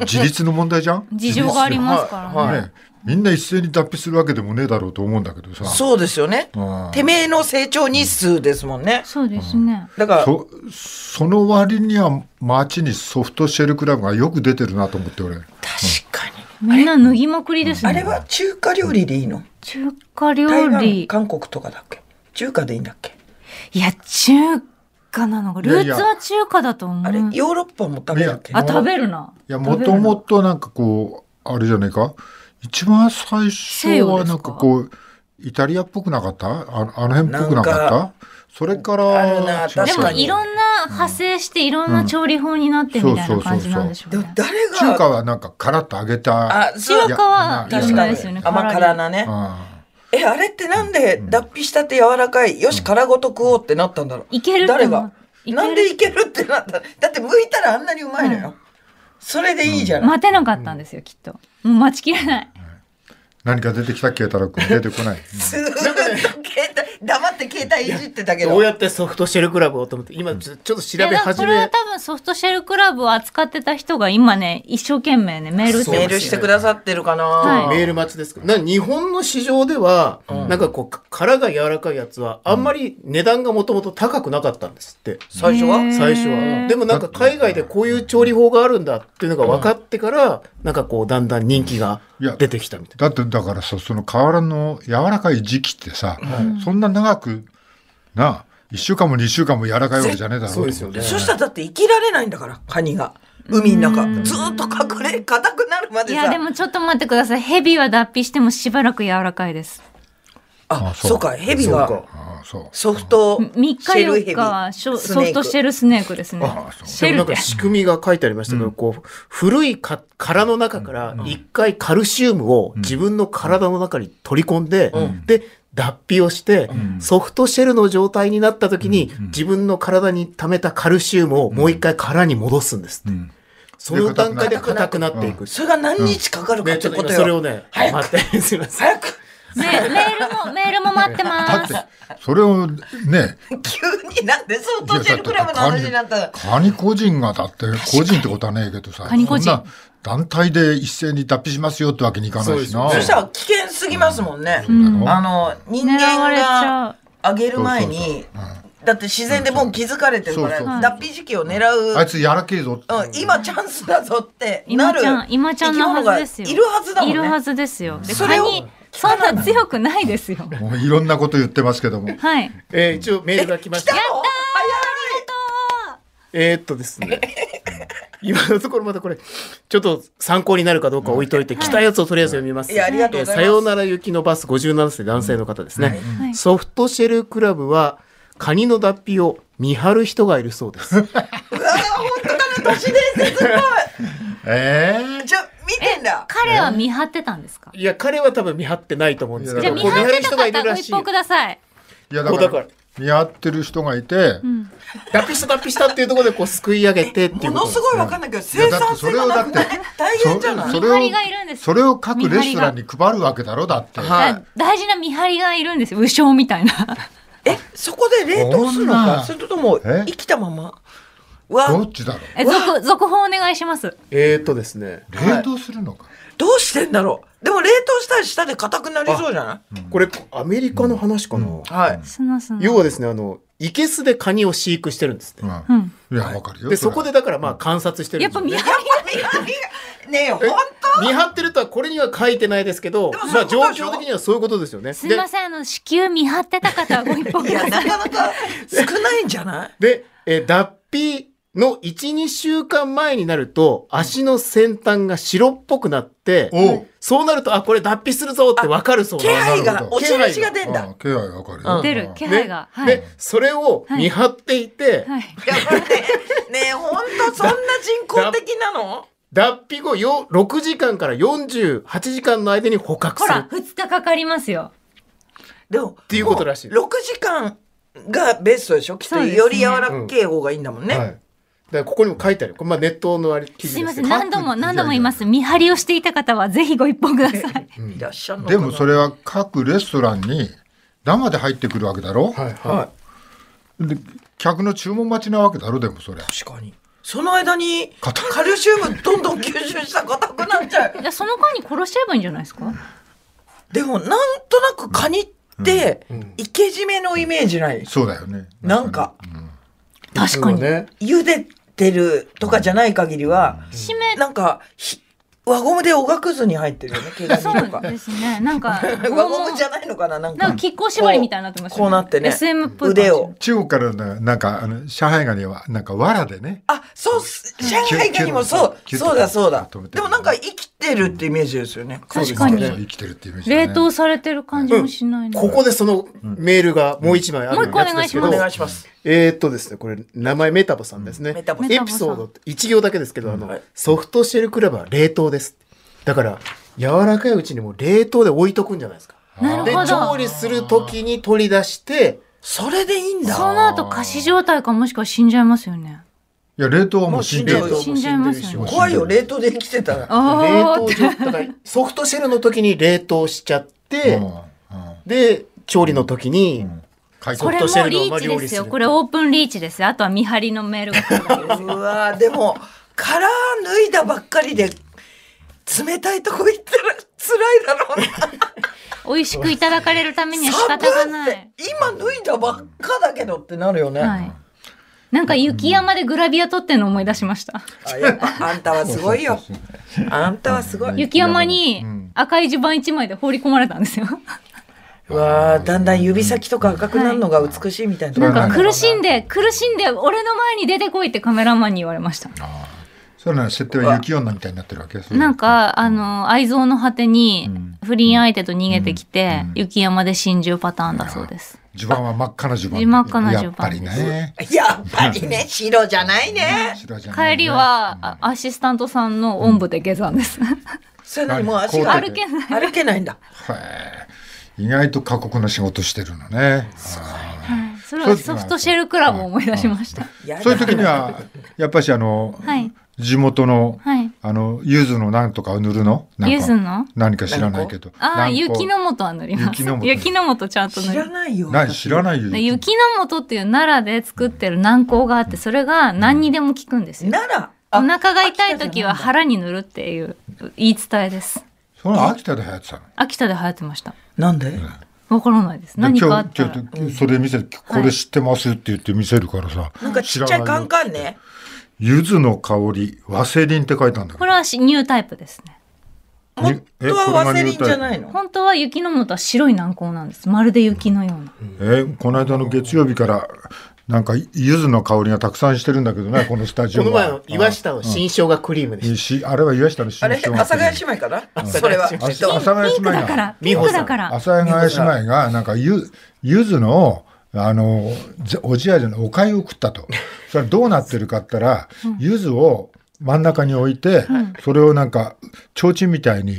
[SPEAKER 2] 自立の問題じゃん
[SPEAKER 3] 事情がありますからね。
[SPEAKER 5] は
[SPEAKER 2] ねみんな一斉に脱皮するわけでもねえだろうと思うんだけどさ
[SPEAKER 5] そうですよね
[SPEAKER 2] うん
[SPEAKER 5] てめえの成長日数ですもんね
[SPEAKER 3] そうですね。
[SPEAKER 5] だから
[SPEAKER 2] そその割には街にソフトシェルクラブがよく出てるなと思って俺
[SPEAKER 5] 確かに
[SPEAKER 3] みんな脱ぎまくりですね。
[SPEAKER 5] あれは中華料理でいいの
[SPEAKER 3] 中華
[SPEAKER 5] 台
[SPEAKER 3] 料
[SPEAKER 5] 湾
[SPEAKER 3] 理。
[SPEAKER 5] 韓国とかだっけ中華でいいんだっけ
[SPEAKER 3] いや、中華なのか。
[SPEAKER 2] いや
[SPEAKER 3] ル
[SPEAKER 2] いや
[SPEAKER 3] ーツは中華だと思う。
[SPEAKER 5] あれヨーロッパもダメだっけ
[SPEAKER 2] いや
[SPEAKER 3] あ、食べるな。
[SPEAKER 2] いやも
[SPEAKER 3] 食べる
[SPEAKER 2] と
[SPEAKER 3] な
[SPEAKER 2] もとなんかこうあれじゃねえか一番最初
[SPEAKER 3] 西洋
[SPEAKER 2] は
[SPEAKER 3] です
[SPEAKER 2] な
[SPEAKER 3] か
[SPEAKER 2] んかこうイタリアっぽくなかったああの辺っぽくなかっ
[SPEAKER 5] なん
[SPEAKER 2] たそれか
[SPEAKER 5] ある
[SPEAKER 2] ら
[SPEAKER 5] な
[SPEAKER 3] で
[SPEAKER 5] 確
[SPEAKER 3] も
[SPEAKER 5] かに
[SPEAKER 3] いろんな派生していろんな調理法になってみたいな感じなんでしょう
[SPEAKER 5] でも
[SPEAKER 3] ね。
[SPEAKER 5] 誰が
[SPEAKER 2] 中華はなんかカラッと揚げた
[SPEAKER 5] あそう
[SPEAKER 2] いや
[SPEAKER 3] 中華は
[SPEAKER 2] な
[SPEAKER 3] 有
[SPEAKER 5] 確
[SPEAKER 3] 名
[SPEAKER 5] か
[SPEAKER 3] で
[SPEAKER 5] に
[SPEAKER 3] すよね。
[SPEAKER 5] 甘辛なね
[SPEAKER 2] あ
[SPEAKER 5] えあれってなんで脱皮したって柔らかいよし殻ごと食おうってなったんだろう
[SPEAKER 3] いけるって
[SPEAKER 5] 誰
[SPEAKER 3] 思
[SPEAKER 5] が
[SPEAKER 3] ういける
[SPEAKER 5] なんでいけるってなっただって剥いたらあんなにうまいのよそれでいいじゃない
[SPEAKER 3] 待てなかったんですよ、きっと。もう待ちきれない。
[SPEAKER 2] 何か出てきたっけ太郎君出てこない
[SPEAKER 5] ずーっと携帯 黙って携帯いじってたけ
[SPEAKER 4] ど
[SPEAKER 5] ど
[SPEAKER 4] うやってソフトシェルクラブをと思って、今ちょちょっと調
[SPEAKER 3] いや
[SPEAKER 4] べ
[SPEAKER 3] だから
[SPEAKER 4] 始
[SPEAKER 3] これは
[SPEAKER 4] め、
[SPEAKER 3] 多分ソフトシェルクラブを扱ってた人が今ね、一生懸命ね、メールして
[SPEAKER 5] メー
[SPEAKER 3] る
[SPEAKER 5] ルしてくださってるかな、
[SPEAKER 3] は
[SPEAKER 4] メール待ちですけど、なんか日本の市場では、なんかこう、殻が柔らかいやつは、あんまり値段がもともと高くなかったんですって。
[SPEAKER 5] 最初は
[SPEAKER 3] へー
[SPEAKER 4] 最初は。でもなんか海外でこういう調理法があるんだっていうのが分かってから、なんかこうだんだん人気が出てきたみたい
[SPEAKER 2] だってだからさその瓦の柔らかい時期ってさ、そんな長くな1週間も2週間も柔らかいわけじゃねえだ
[SPEAKER 4] な。
[SPEAKER 2] ろ
[SPEAKER 4] そうですよね。
[SPEAKER 5] そしたらだって生きられないんだからカニが海の中ずーっと隠れ硬くなるま
[SPEAKER 3] い
[SPEAKER 5] でさ
[SPEAKER 3] や、でもちょっと待ってください。ヘビは脱皮してもしばらく柔らかいです。
[SPEAKER 5] あ
[SPEAKER 2] あそう
[SPEAKER 5] そうかヘビ
[SPEAKER 4] そう
[SPEAKER 5] は
[SPEAKER 4] か
[SPEAKER 2] ああそう
[SPEAKER 5] ソフト
[SPEAKER 3] 3日
[SPEAKER 5] シェルヘ
[SPEAKER 3] 4
[SPEAKER 5] ビ
[SPEAKER 3] 日はショソフトシ
[SPEAKER 5] ェル
[SPEAKER 3] ェルスネークですね
[SPEAKER 2] あそ。う
[SPEAKER 3] シ
[SPEAKER 4] で
[SPEAKER 3] ェル
[SPEAKER 4] もな
[SPEAKER 3] っ
[SPEAKER 4] ん
[SPEAKER 3] て
[SPEAKER 4] か。仕組みが書いてありましたけど、こう、古いか殻の中から一回カルシウムを自分の体の中に取り込んで、で、脱皮をして、ソフトシェルの状態になった時に、自分の体に溜めたカルシウムをもう一回殻に戻すんですって。その段階で硬くなっていく。
[SPEAKER 5] それが何日かかるか
[SPEAKER 4] ね、
[SPEAKER 5] っ
[SPEAKER 4] ち
[SPEAKER 5] て
[SPEAKER 4] ょっ
[SPEAKER 5] ことと
[SPEAKER 4] 今それ
[SPEAKER 5] よ、
[SPEAKER 4] をね、待って、 すいません。
[SPEAKER 5] 早く
[SPEAKER 3] メメールも、メールも待って
[SPEAKER 2] だ
[SPEAKER 3] ま
[SPEAKER 2] っ
[SPEAKER 3] す。
[SPEAKER 2] てそれをね
[SPEAKER 5] 急になんでソフ
[SPEAKER 2] いや
[SPEAKER 5] トシェルクラブの話になった
[SPEAKER 2] だっ
[SPEAKER 5] ら
[SPEAKER 2] てカニカニ個人がだって個人ってことはねえけどさ
[SPEAKER 3] カニ個人
[SPEAKER 2] そんな団体で一斉に脱皮しますよってわけにいかないしな
[SPEAKER 4] そう
[SPEAKER 5] そ
[SPEAKER 4] で
[SPEAKER 5] し
[SPEAKER 4] すよ
[SPEAKER 5] たら危険すぎますもんね、
[SPEAKER 2] そうだろ
[SPEAKER 5] あの人
[SPEAKER 3] 狙わ
[SPEAKER 5] 間
[SPEAKER 3] れちゃ
[SPEAKER 5] があげる前にだって自然でもう気づかれてるか
[SPEAKER 2] そうそ
[SPEAKER 5] ら
[SPEAKER 2] う
[SPEAKER 5] 脱皮時期を狙う
[SPEAKER 2] あいつやらけえぞって
[SPEAKER 5] うん、今チャンスだぞってな
[SPEAKER 3] 今
[SPEAKER 5] る
[SPEAKER 3] ちゃん、今ちゃんのはずですよ。
[SPEAKER 5] 生き物がいるはずだもんね
[SPEAKER 3] いるはずですよ。で、
[SPEAKER 5] そ
[SPEAKER 3] カ
[SPEAKER 5] れを
[SPEAKER 3] ニ、そんな強くないですよ。
[SPEAKER 2] もういろんなこと言ってますけども
[SPEAKER 3] はい。
[SPEAKER 4] えー一応メールが来ま
[SPEAKER 5] 来
[SPEAKER 4] したた
[SPEAKER 5] の。
[SPEAKER 4] えーっとですね。今のところまだこれ、ちょっと参考になるかどうか置いといて、来たやつをとりあえず読みます。
[SPEAKER 5] いやありがとうございます
[SPEAKER 4] えーさよなら雪のバス57歳男性の方ですね。
[SPEAKER 3] はい
[SPEAKER 4] ソフトシェルクラブは、カニの脱皮を見張る人がいるそうです。
[SPEAKER 2] ええ
[SPEAKER 5] じゃあ見てんだ
[SPEAKER 3] 彼は見張ってたんですか
[SPEAKER 4] いや、彼は多分見張ってないと思うんですけ
[SPEAKER 3] じゃあ
[SPEAKER 4] ど、
[SPEAKER 3] 見
[SPEAKER 4] こう
[SPEAKER 3] 張ってた方ご一
[SPEAKER 4] い
[SPEAKER 3] 報く。ださい。
[SPEAKER 2] いやだ
[SPEAKER 4] こう
[SPEAKER 2] か
[SPEAKER 4] だから
[SPEAKER 2] ら見合ってる人がいて、
[SPEAKER 4] 脱皮した脱皮したっていうところでこうすくい上げてっていうこと
[SPEAKER 5] ものす
[SPEAKER 4] い。
[SPEAKER 5] ごいわかんないけど生産性がなくない
[SPEAKER 2] いやだってそれをだって
[SPEAKER 5] 大変じゃない
[SPEAKER 2] そ
[SPEAKER 3] 見張りがいるんですよ
[SPEAKER 2] それを各レストランに配るわけだろだって
[SPEAKER 4] はい
[SPEAKER 3] だ大事な見張りがいるんですよ。武将みた いな。
[SPEAKER 5] えそこで冷凍するの
[SPEAKER 2] こんな
[SPEAKER 5] かそれとも
[SPEAKER 2] え
[SPEAKER 5] 生きたままうわ
[SPEAKER 2] どっちだろう
[SPEAKER 3] え、続、続報お願いします。
[SPEAKER 4] えーっとですね。
[SPEAKER 2] 冷凍するのか、
[SPEAKER 5] どうしてんだろうでも冷凍したら下で硬くなりそうじゃない
[SPEAKER 4] これ、アメリカの話かな。
[SPEAKER 5] はい
[SPEAKER 3] すなすな。
[SPEAKER 4] 要はですね、あの、生けすでカニを飼育してるんですって。
[SPEAKER 2] うん
[SPEAKER 3] うん。
[SPEAKER 2] いやわかるよ
[SPEAKER 4] で、
[SPEAKER 2] れ
[SPEAKER 4] そ
[SPEAKER 2] は
[SPEAKER 4] こでだからまあ観察してる
[SPEAKER 3] や
[SPEAKER 4] ん
[SPEAKER 3] っ
[SPEAKER 4] です
[SPEAKER 3] ぱ
[SPEAKER 4] よ
[SPEAKER 3] 見張り、
[SPEAKER 5] ねえ本
[SPEAKER 4] え見張ってるとはこれには書いてないですけど、
[SPEAKER 5] でも
[SPEAKER 4] ま
[SPEAKER 5] そうい
[SPEAKER 4] あ状
[SPEAKER 5] うことでしょ
[SPEAKER 4] 況的にはそういうことですよね。
[SPEAKER 3] すいません、あの、子宮見張ってた方はご一報
[SPEAKER 5] 当
[SPEAKER 3] く
[SPEAKER 5] いや
[SPEAKER 3] だ
[SPEAKER 5] な
[SPEAKER 3] さい。
[SPEAKER 5] かなか少ないんじゃない
[SPEAKER 4] で、でえー脱皮の1、2週間前になると、足の先端が白っぽくなって、
[SPEAKER 2] おう
[SPEAKER 4] そうなると、あ、これ脱皮するぞってわかるそう
[SPEAKER 5] 気
[SPEAKER 4] なん
[SPEAKER 5] 配
[SPEAKER 2] なる
[SPEAKER 5] が
[SPEAKER 2] ほ
[SPEAKER 4] ど
[SPEAKER 5] お印が出んだ
[SPEAKER 2] あ気配わかる
[SPEAKER 5] う
[SPEAKER 2] よ
[SPEAKER 5] ん
[SPEAKER 3] 出る気配が。はい。
[SPEAKER 4] で、それを見張っていて、
[SPEAKER 3] はい。
[SPEAKER 5] いやこれねねえ本当そんな人工的なの
[SPEAKER 4] 脱皮後よ6時間から48時間の間に捕獲
[SPEAKER 3] ほ
[SPEAKER 4] する
[SPEAKER 3] ら、二日かかりますよ。
[SPEAKER 5] でも
[SPEAKER 4] っていうことらしい。
[SPEAKER 5] 6時間がベストでしょきっと
[SPEAKER 3] そうですね
[SPEAKER 5] より柔らけい方がいいんだもんね、
[SPEAKER 4] はい。だからここにも書いてある。これまあネットのあれ記事
[SPEAKER 3] すい
[SPEAKER 4] で
[SPEAKER 3] ますせ
[SPEAKER 4] け
[SPEAKER 3] ん、
[SPEAKER 4] ど。
[SPEAKER 3] 何度も何度も言います。見張りをしていた方は、ぜひご一報ください。
[SPEAKER 5] いらっしゃるのか
[SPEAKER 2] で
[SPEAKER 5] な
[SPEAKER 2] もそれは各レストランに生で入ってくるわけだろ、
[SPEAKER 4] はいは
[SPEAKER 2] で客の注文待ちなわけだろでもそれ
[SPEAKER 5] 確かにその間に
[SPEAKER 2] 硬い
[SPEAKER 5] カルシウムどんどん吸収したら硬くなっ ちゃう
[SPEAKER 3] いや、その間に殺しちゃえばいいんじゃないですか
[SPEAKER 5] でもなんとなくカニって生け締めのイメージない
[SPEAKER 2] そうだよね
[SPEAKER 5] なんか
[SPEAKER 4] い。
[SPEAKER 3] 確かに
[SPEAKER 4] そうね。
[SPEAKER 5] 茹でてるとかじゃない限りは
[SPEAKER 3] 締め、
[SPEAKER 5] なんかひ輪ゴムでおがくずに入ってるよね毛
[SPEAKER 3] そ
[SPEAKER 5] 髪と
[SPEAKER 3] う
[SPEAKER 5] か
[SPEAKER 3] ですね。なんか、
[SPEAKER 5] 輪ゴムじゃないのかななん
[SPEAKER 3] なんか、
[SPEAKER 5] か
[SPEAKER 3] 亀甲縛りみたいになってました
[SPEAKER 5] こうなってね
[SPEAKER 3] SM っぽい感じ。
[SPEAKER 5] 腕を
[SPEAKER 2] 中国からのなんかあの上海ガニはなんか藁でね
[SPEAKER 5] あそうっす上海ガニもそう
[SPEAKER 2] キュッキュッ
[SPEAKER 5] そうだそうだ
[SPEAKER 2] 止めて
[SPEAKER 5] でもなんか生きてるってイメージですよね
[SPEAKER 3] 確かに
[SPEAKER 2] そう生きてるっていうイメージだね
[SPEAKER 3] 冷凍されてる感じもしないな。
[SPEAKER 4] ここでそのメールがもう一枚ある
[SPEAKER 3] もう一個お願い
[SPEAKER 4] やつですけ
[SPEAKER 3] そ
[SPEAKER 4] ど
[SPEAKER 5] お
[SPEAKER 3] う。
[SPEAKER 5] 願いします
[SPEAKER 4] えーっとですね、これ名前メタボさんですね。
[SPEAKER 5] メタボさん
[SPEAKER 4] エピソードって一行だけですけど、あ
[SPEAKER 5] は
[SPEAKER 4] の
[SPEAKER 5] い、
[SPEAKER 4] ソフトシェルクラブは冷凍です。だから、柔らかいうちにもう冷凍で置いとくんじゃないですか。
[SPEAKER 3] なる
[SPEAKER 4] で、
[SPEAKER 3] ほ
[SPEAKER 4] 調
[SPEAKER 3] ど。
[SPEAKER 4] 理する時に取り出して、
[SPEAKER 5] それでいいんだ
[SPEAKER 3] その後、仮死状態かもしくは死んじゃいますよね。
[SPEAKER 2] いや冷凍はもう死んで
[SPEAKER 5] もう
[SPEAKER 2] る
[SPEAKER 5] 冷凍
[SPEAKER 3] 死んじゃいますよね。
[SPEAKER 5] 怖いよ冷凍で生きてたら
[SPEAKER 4] 冷
[SPEAKER 3] あ
[SPEAKER 4] 凍状態、ソフトシェルの時に冷凍しちゃ
[SPEAKER 2] う
[SPEAKER 4] っ
[SPEAKER 2] ん
[SPEAKER 4] て、
[SPEAKER 2] うん
[SPEAKER 4] で、調理の時に、
[SPEAKER 2] 解凍
[SPEAKER 3] これもうリーチですよ。これオープンリーチです。あとは見張りのメールが来るだけです
[SPEAKER 5] うわーでも殻脱いだばっかりで冷たいとこ行ったら辛いだろうな
[SPEAKER 3] 美味しくいただかれるためには仕方がな い
[SPEAKER 5] 寒って。今脱いだばっかだけどってなるよね、
[SPEAKER 3] はい。なんか雪山でグラビア撮ってんの思い出しました。
[SPEAKER 5] あやっぱあんたはすごいよあんたはすごい
[SPEAKER 3] 雪山に赤い襦袢一枚で放り込まれたんですよ。
[SPEAKER 5] うわーだんだん指先とか赤くなるのが美しいみたいな、
[SPEAKER 2] は
[SPEAKER 3] ないんか苦
[SPEAKER 5] い
[SPEAKER 3] しんで、苦しんで、俺の前に出てこいってカメラマンに言われました。
[SPEAKER 2] そうなの設定は雪女みたいになってるわけそう
[SPEAKER 3] なんか、あの、愛憎の果てに
[SPEAKER 2] ん、
[SPEAKER 3] 不倫相手と逃げてきて
[SPEAKER 2] うん、
[SPEAKER 3] 雪山で心中パターンだそうです。
[SPEAKER 2] 襦袢は真っ赤な襦袢
[SPEAKER 3] 真っ赤な襦袢
[SPEAKER 2] やっぱりね
[SPEAKER 5] やっぱりね白じゃないね
[SPEAKER 2] 白じゃない
[SPEAKER 3] 帰
[SPEAKER 2] ね
[SPEAKER 3] りは、あアシスタントさんのおんぶで下山です。
[SPEAKER 5] それなのにもう足が
[SPEAKER 2] はい
[SPEAKER 3] 歩けない。
[SPEAKER 5] 歩けないんだ
[SPEAKER 2] へえ意外と過酷な仕事してるのね
[SPEAKER 3] それはソフトシェルクラブを思い出しました。
[SPEAKER 5] やだ
[SPEAKER 2] そういう時にはやっぱしあの、
[SPEAKER 3] はい
[SPEAKER 2] 地元の、
[SPEAKER 3] はい
[SPEAKER 2] あの柚子のなんとかを塗るのなんか
[SPEAKER 3] 柚子の
[SPEAKER 2] 何か知らないけど
[SPEAKER 3] ああ、
[SPEAKER 2] 軟膏
[SPEAKER 3] 雪の素は塗ります
[SPEAKER 2] 雪の。素
[SPEAKER 3] 雪の素ちゃんと塗
[SPEAKER 5] 知
[SPEAKER 3] り
[SPEAKER 5] らないよ
[SPEAKER 2] ない知らないよ
[SPEAKER 3] で雪の素っていう奈良で作ってる軟膏があってそれが何にでも効くんですよ。
[SPEAKER 5] なら
[SPEAKER 3] お
[SPEAKER 5] あ
[SPEAKER 3] 腹が痛い時は腹に塗るっていう言い伝えです。
[SPEAKER 2] その秋田で流行ってたの
[SPEAKER 3] 秋田で流行ってました。
[SPEAKER 5] なんで
[SPEAKER 3] わわからないです。
[SPEAKER 2] で
[SPEAKER 3] 何かあ
[SPEAKER 2] 今
[SPEAKER 3] った
[SPEAKER 2] 日今
[SPEAKER 3] ら。
[SPEAKER 2] 日それ見せて、これ知ってますって言って見せるからさ、
[SPEAKER 5] なんかちっちゃいカンカンね。
[SPEAKER 2] 柚子の香り、ワセリンって書いたんだ
[SPEAKER 3] こ
[SPEAKER 2] けど。
[SPEAKER 3] れはしニュータイプですね。
[SPEAKER 2] に
[SPEAKER 5] 本当はワセリンじゃないの。
[SPEAKER 3] 本当は雪の元は白い軟膏なんです。まるで雪のような。
[SPEAKER 2] えこの間の月曜日から、なんか、柚子の香りがたくさんしてるんだけどね、このスタジオ
[SPEAKER 4] こ
[SPEAKER 2] は
[SPEAKER 4] の前の岩下の新生姜クリームでした。
[SPEAKER 2] しあれは岩下の
[SPEAKER 5] あ
[SPEAKER 2] 新
[SPEAKER 5] れ
[SPEAKER 2] 生
[SPEAKER 5] 阿佐ヶ谷姉妹かな。それはき
[SPEAKER 4] 阿
[SPEAKER 5] っ
[SPEAKER 4] 佐
[SPEAKER 5] と。
[SPEAKER 2] 阿佐ヶ谷
[SPEAKER 3] ピ
[SPEAKER 2] 姉
[SPEAKER 3] ンク
[SPEAKER 2] 妹
[SPEAKER 3] だか
[SPEAKER 2] が、
[SPEAKER 3] ら。ピンクだか
[SPEAKER 2] 阿
[SPEAKER 3] ら。
[SPEAKER 2] 佐ヶ谷姉妹が、なんかゆ、ゆずの、あの、ぜおじやじゃない、お粥を食ったと。それどうなってるかって言ったら、ゆずを真ん中に置いて、それをなんか、提灯みたいに、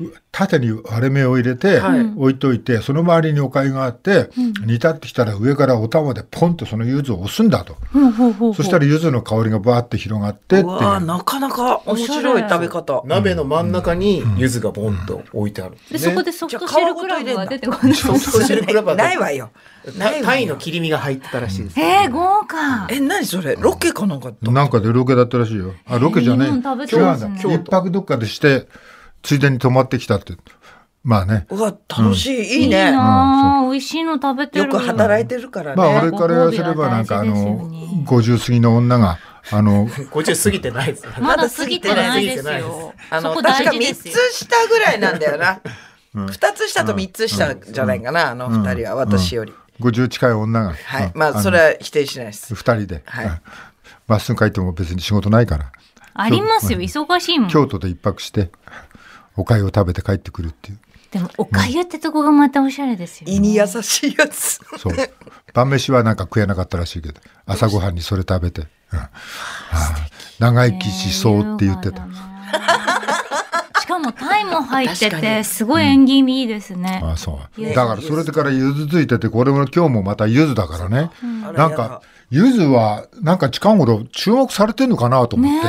[SPEAKER 2] う縦に割れ目を入れて、
[SPEAKER 4] はい
[SPEAKER 2] 置いといて、その周りにお粥があって、煮立ってきたら上からお玉でポンとそのゆずを押すんだと。
[SPEAKER 3] ほうほうほうほ。
[SPEAKER 2] そうしたらゆずの香りがバーって広がってって
[SPEAKER 5] う
[SPEAKER 2] いう。
[SPEAKER 5] わあなかなか面白い食べ方。
[SPEAKER 4] 鍋の真ん中に柚子がボンと置いてあるん
[SPEAKER 3] で、
[SPEAKER 4] です
[SPEAKER 3] そ
[SPEAKER 4] ね。
[SPEAKER 3] こでソフトシェルクラブが出てこない。
[SPEAKER 4] ソフトシェルクラブは
[SPEAKER 5] ないわよ。ないわ
[SPEAKER 4] タイの切り身が入ってたらしいです。
[SPEAKER 3] えー、豪華。
[SPEAKER 5] え、何それロケかなんか
[SPEAKER 2] なんかでロケだったらしいよ。あ、ロケじゃねえ。
[SPEAKER 3] いいもん食べて
[SPEAKER 2] 違
[SPEAKER 3] ま
[SPEAKER 2] うん
[SPEAKER 3] す
[SPEAKER 2] だ。
[SPEAKER 3] ね
[SPEAKER 2] 一泊どっかでして、ついでに泊まってきたって。まあね。
[SPEAKER 5] うわ、楽しい。い
[SPEAKER 3] い
[SPEAKER 5] い
[SPEAKER 3] い
[SPEAKER 5] ね。
[SPEAKER 3] なあ、美味しいの食べて
[SPEAKER 5] よ
[SPEAKER 3] る。
[SPEAKER 5] く働いてるから
[SPEAKER 2] まあ
[SPEAKER 5] ね
[SPEAKER 2] 俺。からすればなんかあの、50過ぎの女が、あ の、
[SPEAKER 4] 50過ぎてないですね。
[SPEAKER 3] まだ過ぎてないです
[SPEAKER 4] まだ過ぎて
[SPEAKER 3] よ。
[SPEAKER 5] あ
[SPEAKER 3] そ
[SPEAKER 5] の、
[SPEAKER 3] こ
[SPEAKER 5] 確
[SPEAKER 3] 大
[SPEAKER 5] か
[SPEAKER 3] 事で
[SPEAKER 5] 3
[SPEAKER 3] す
[SPEAKER 5] つ
[SPEAKER 3] よ。
[SPEAKER 5] 下ぐらいなんだよな。2つ下と3つ下じゃないかな、あの2人は、私より。
[SPEAKER 2] 50近い女が。
[SPEAKER 5] は
[SPEAKER 2] うん
[SPEAKER 5] い。まあ、それは否定しないです
[SPEAKER 2] 二。人で。
[SPEAKER 5] はい
[SPEAKER 2] うんまっすぐ帰っても別に仕事ないから。
[SPEAKER 3] ありますよ、忙しいもん。
[SPEAKER 2] 京都で一泊して、お粥を食べて帰ってくるっていう。
[SPEAKER 3] でも、おかゆってとこがまたおしゃれですよね。
[SPEAKER 5] 胃に優しいやつ。
[SPEAKER 2] そう。晩飯はなんか食えなかったらしいけど、朝ごはんにそれ食べて。うんああ長生きしそうって言ってた
[SPEAKER 3] 優。雅だな。しかもタイも入って
[SPEAKER 5] 確か
[SPEAKER 3] て、
[SPEAKER 5] に
[SPEAKER 3] すごい縁起いいですね。
[SPEAKER 2] あそう。
[SPEAKER 3] ゆず
[SPEAKER 2] だからそれでからゆずついてて、これも今日もまたゆずだからね。
[SPEAKER 5] あら
[SPEAKER 2] なん
[SPEAKER 5] や
[SPEAKER 2] か
[SPEAKER 5] だ、
[SPEAKER 2] ゆずはなんか近頃注目されてんのかなと思
[SPEAKER 3] ねえ
[SPEAKER 2] って。。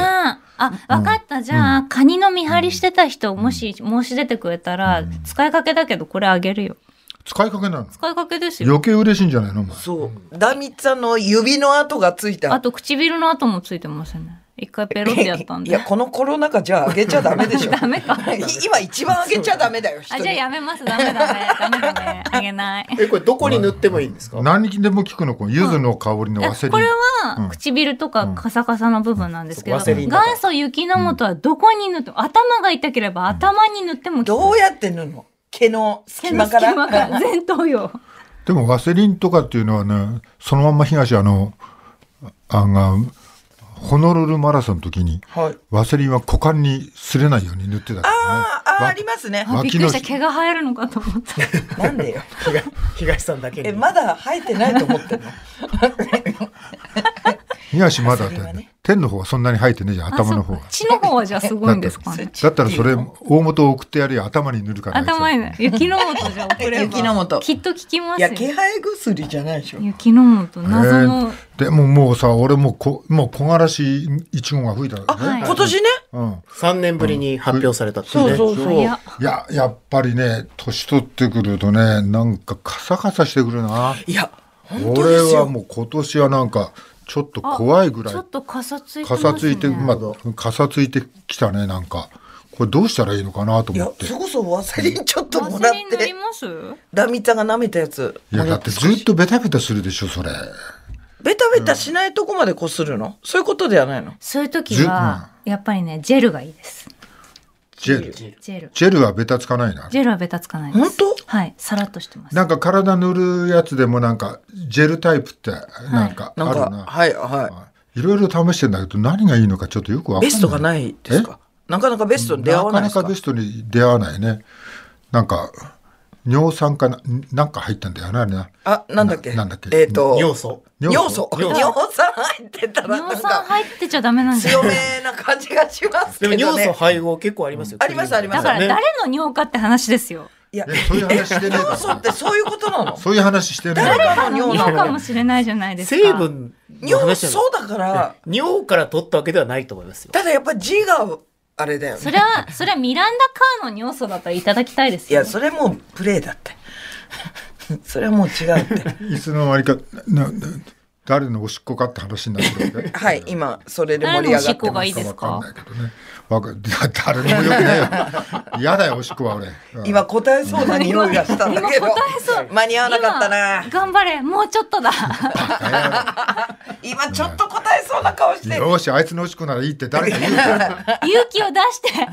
[SPEAKER 3] あ、わかった。じゃあ、カニの見張りしてた人、もし申し出てくれたら、使いかけだけど、これあげるよ。
[SPEAKER 2] 使いかけなの
[SPEAKER 3] 使いかけですよ。
[SPEAKER 2] 余計嬉しいんじゃないのお前
[SPEAKER 5] そう。ダミツさんの指の跡がついた。
[SPEAKER 3] あと、唇の跡もついてますね。一回ペロってやったん
[SPEAKER 5] い
[SPEAKER 3] で。
[SPEAKER 5] や、このコロナ禍じゃああげちゃダメでしょ。
[SPEAKER 3] ダメか。
[SPEAKER 5] 今一番あげちゃダメだよ、 人
[SPEAKER 3] あ、
[SPEAKER 5] に
[SPEAKER 3] じゃあやめます。ダメダメ。ダメダメ。あげない。
[SPEAKER 4] え、これどこに塗ってもいいんですか
[SPEAKER 2] 何にでも聞くの、このゆずの香りのワセリ
[SPEAKER 3] こ
[SPEAKER 2] ン
[SPEAKER 3] れ。は唇とかカサカサの部分なんですけど、
[SPEAKER 4] うんワセリンだから
[SPEAKER 3] 元祖雪の元はどこに塗っても、頭が痛ければ頭に塗っても効く
[SPEAKER 5] どうやって塗るの毛の隙間から。
[SPEAKER 3] 毛の隙間から前頭葉
[SPEAKER 2] でもワセリンとかっていうのはね、そのまんま東あの、あが、ホノルルマラソンの時に、
[SPEAKER 5] はい。
[SPEAKER 2] ワセリンは股間に擦れないように塗ってたから
[SPEAKER 5] ああ、
[SPEAKER 2] わ
[SPEAKER 5] ありますね。
[SPEAKER 3] あびっくりした
[SPEAKER 2] 脇の
[SPEAKER 3] 毛が生えるのかと思った
[SPEAKER 5] なんでよ。
[SPEAKER 4] 東東さんだけに。
[SPEAKER 5] え、まだ生えてないと思って んの。
[SPEAKER 2] ね。東まだ
[SPEAKER 5] ワセリンはね
[SPEAKER 2] 天の方はそんなに生えてねえじゃん、頭の方
[SPEAKER 3] あ
[SPEAKER 2] が
[SPEAKER 3] そう。血の方はじゃあすごいんですかね
[SPEAKER 2] だったらそれ、大元を送ってやるよ、頭に塗るから。あいつは
[SPEAKER 3] 頭にね雪の元じゃ送れば
[SPEAKER 5] 雪の元
[SPEAKER 3] きっと聞きま
[SPEAKER 5] い
[SPEAKER 3] すよ
[SPEAKER 5] や、気配薬じゃないでしょ。
[SPEAKER 3] 雪の元謎の、
[SPEAKER 2] えーでももうさ俺もこもう木枯らしいちごが吹いたん
[SPEAKER 5] あ、
[SPEAKER 2] だね、
[SPEAKER 3] い
[SPEAKER 5] 今年ね。
[SPEAKER 2] うん、
[SPEAKER 4] 3年ぶりに発表されたっていう
[SPEAKER 5] そう
[SPEAKER 4] ね。
[SPEAKER 5] そう
[SPEAKER 3] い
[SPEAKER 5] そう
[SPEAKER 3] や。
[SPEAKER 2] いややっぱりね年取ってくるとねなんかカサカサしてくるない
[SPEAKER 5] や、本当
[SPEAKER 2] 俺
[SPEAKER 5] です
[SPEAKER 2] は
[SPEAKER 5] よ。
[SPEAKER 2] もう今年はなんかちょっと怖いぐらい
[SPEAKER 3] ちょっとかさついて
[SPEAKER 2] か
[SPEAKER 3] ますね
[SPEAKER 2] さついてまあかさついてきたねなんかこれどうしたらいいのかなと
[SPEAKER 5] い
[SPEAKER 2] 思
[SPEAKER 5] や
[SPEAKER 2] っ、てい
[SPEAKER 5] それこそワセリンちょっと
[SPEAKER 3] ワ
[SPEAKER 5] も
[SPEAKER 3] セ
[SPEAKER 5] らっ
[SPEAKER 3] リン塗り
[SPEAKER 5] て、
[SPEAKER 3] ます
[SPEAKER 5] ラミちゃんが舐めたやつ。
[SPEAKER 2] やだってずっとベタベタするでしょそれ
[SPEAKER 5] ベタベタしないとこまでこするのそういうことではないの
[SPEAKER 3] そういう時はやっぱりねジェルがいいです
[SPEAKER 2] ジェルジ
[SPEAKER 3] ジェル
[SPEAKER 2] ェルはベタつかないな
[SPEAKER 3] ジェルはベタつかないです
[SPEAKER 5] 本
[SPEAKER 3] はいさらっとしてます
[SPEAKER 2] なんか体塗るやつでもなんかジェルタイプってなんかあ
[SPEAKER 5] なん
[SPEAKER 2] るな、
[SPEAKER 5] か、はい、はい。
[SPEAKER 2] ろいろ試してんだけど何がいいのかちょっとよくわかんない
[SPEAKER 5] ベストがないですかなかなかベストに出会わないで
[SPEAKER 2] な
[SPEAKER 5] す
[SPEAKER 2] か
[SPEAKER 5] か
[SPEAKER 2] なかベストに出会わないねなんか尿酸かななんか入ったんだよなあれな
[SPEAKER 5] あ、なんだっけ
[SPEAKER 2] ななんだっけ
[SPEAKER 5] えっと、
[SPEAKER 4] 尿素。
[SPEAKER 5] 尿素。
[SPEAKER 4] 尿素
[SPEAKER 5] 尿酸入ってたら、な
[SPEAKER 3] 尿
[SPEAKER 5] ん
[SPEAKER 3] 酸
[SPEAKER 5] か、
[SPEAKER 3] 入ってちゃダメなんです
[SPEAKER 5] 強
[SPEAKER 3] よ
[SPEAKER 5] めな感じがします
[SPEAKER 4] で
[SPEAKER 5] け
[SPEAKER 4] も
[SPEAKER 5] どね。
[SPEAKER 4] 尿素配合結構ありますよ。
[SPEAKER 5] ありますありま
[SPEAKER 3] だ
[SPEAKER 5] す
[SPEAKER 3] から
[SPEAKER 4] ね
[SPEAKER 3] 誰の尿かって話ですよ
[SPEAKER 5] いや
[SPEAKER 2] え、そういう話してねえだ
[SPEAKER 5] 尿素
[SPEAKER 2] ろ
[SPEAKER 5] って そういうことなの
[SPEAKER 2] そういう話してねえだろ
[SPEAKER 5] 誰
[SPEAKER 3] 尿かもしれないじゃないですか
[SPEAKER 4] 成分の
[SPEAKER 5] 尿
[SPEAKER 4] 話な
[SPEAKER 5] 素
[SPEAKER 4] の
[SPEAKER 5] だから、
[SPEAKER 4] 尿から取ったわけではないと思いますよ。
[SPEAKER 5] ただやっぱ字があれだよ
[SPEAKER 3] そ
[SPEAKER 5] ね。
[SPEAKER 3] れはそれはミランダカーの尿素だったらいただきたいです
[SPEAKER 5] い
[SPEAKER 3] よ
[SPEAKER 5] や、それもうプレイだって。 それはもう違うって。
[SPEAKER 2] いつの間にかなな誰のおしっこかって話になってるわけ
[SPEAKER 5] はい、今、それで盛
[SPEAKER 3] 誰
[SPEAKER 5] り上
[SPEAKER 3] のお
[SPEAKER 5] がってます。
[SPEAKER 3] しっこがいいです
[SPEAKER 2] わかん
[SPEAKER 3] か
[SPEAKER 2] ないけどねわか誰にもよくねえ よ。嫌だよ、おしっこは俺。うん
[SPEAKER 5] 今答えそうな匂いがしたんだけど
[SPEAKER 3] 今答えそう
[SPEAKER 5] 間に合わなかったな
[SPEAKER 3] 今頑張れもうちょっとだ
[SPEAKER 5] 今ちょっと答えそうな顔して
[SPEAKER 2] よーし、あいつのおしっこならいいって誰か言うから。
[SPEAKER 3] 勇気を出して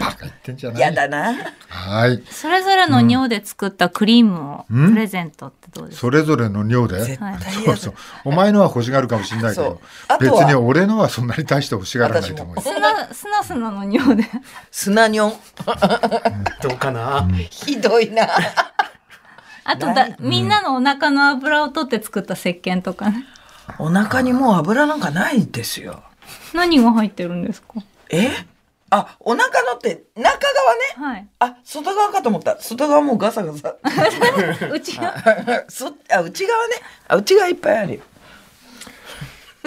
[SPEAKER 2] バカ言ってんじゃない。
[SPEAKER 5] 嫌だな
[SPEAKER 2] はい。
[SPEAKER 3] それぞれの尿で作ったクリームをプレゼントってどうですか、
[SPEAKER 2] それぞれの尿で
[SPEAKER 5] 絶。対
[SPEAKER 2] そ
[SPEAKER 5] 嫌
[SPEAKER 2] う
[SPEAKER 5] だ
[SPEAKER 2] そう。お前のは欲しがるかもしれないけ
[SPEAKER 5] そう
[SPEAKER 2] ど
[SPEAKER 5] あ、と
[SPEAKER 2] 別
[SPEAKER 5] は
[SPEAKER 2] に俺のはそんなに大して欲しがらないと思うよ。
[SPEAKER 3] すなすなすなの尿で
[SPEAKER 5] 砂にょん
[SPEAKER 4] どうかな、
[SPEAKER 5] ひどいな
[SPEAKER 3] あとだ、みんなのお腹の油を取って作った石鹸とかね
[SPEAKER 5] お腹にもう油なんかないですよ
[SPEAKER 3] 何が入ってるんですか
[SPEAKER 5] えあお腹のって中側ね
[SPEAKER 3] はい
[SPEAKER 5] あ外側かと思った外側もうガサガサ
[SPEAKER 3] うちの
[SPEAKER 5] そあ内側ねあ内側いっぱいあるよ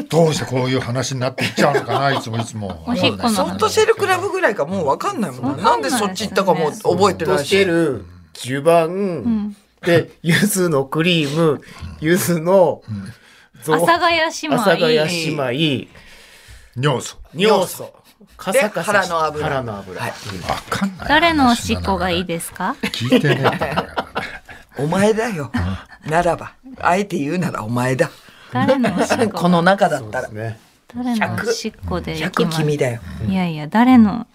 [SPEAKER 2] どうしてこういう話になっていっちゃうのかな、いつもいつも。
[SPEAKER 3] おしっこの
[SPEAKER 5] ソフトシェルクラブぐらいかもうわかんないもんなな
[SPEAKER 3] わか
[SPEAKER 5] ん
[SPEAKER 3] んな
[SPEAKER 5] で
[SPEAKER 3] いですね
[SPEAKER 5] そっち行ったかも覚えて
[SPEAKER 4] と
[SPEAKER 5] ない
[SPEAKER 4] して
[SPEAKER 5] し
[SPEAKER 4] る襦袢
[SPEAKER 3] ん
[SPEAKER 4] で柚子のクリーム柚子の
[SPEAKER 3] 阿
[SPEAKER 4] ぞ
[SPEAKER 3] 佐ヶ谷姉妹
[SPEAKER 4] 阿佐ヶ谷姉妹
[SPEAKER 2] 尿素。
[SPEAKER 4] 尿素カサカサ
[SPEAKER 5] 腹の油
[SPEAKER 4] 腹の油
[SPEAKER 2] わかんない。
[SPEAKER 3] 誰のおしっこがいいですか
[SPEAKER 2] 聞いてねえんだから。
[SPEAKER 5] お前だよならばあえて言うならお前だ
[SPEAKER 3] 誰のおしっこ
[SPEAKER 5] この中だった
[SPEAKER 4] で
[SPEAKER 5] ら
[SPEAKER 4] すね
[SPEAKER 3] 誰のおしっこでいき
[SPEAKER 5] 100
[SPEAKER 3] ます
[SPEAKER 5] 君だよ
[SPEAKER 3] いやいや誰の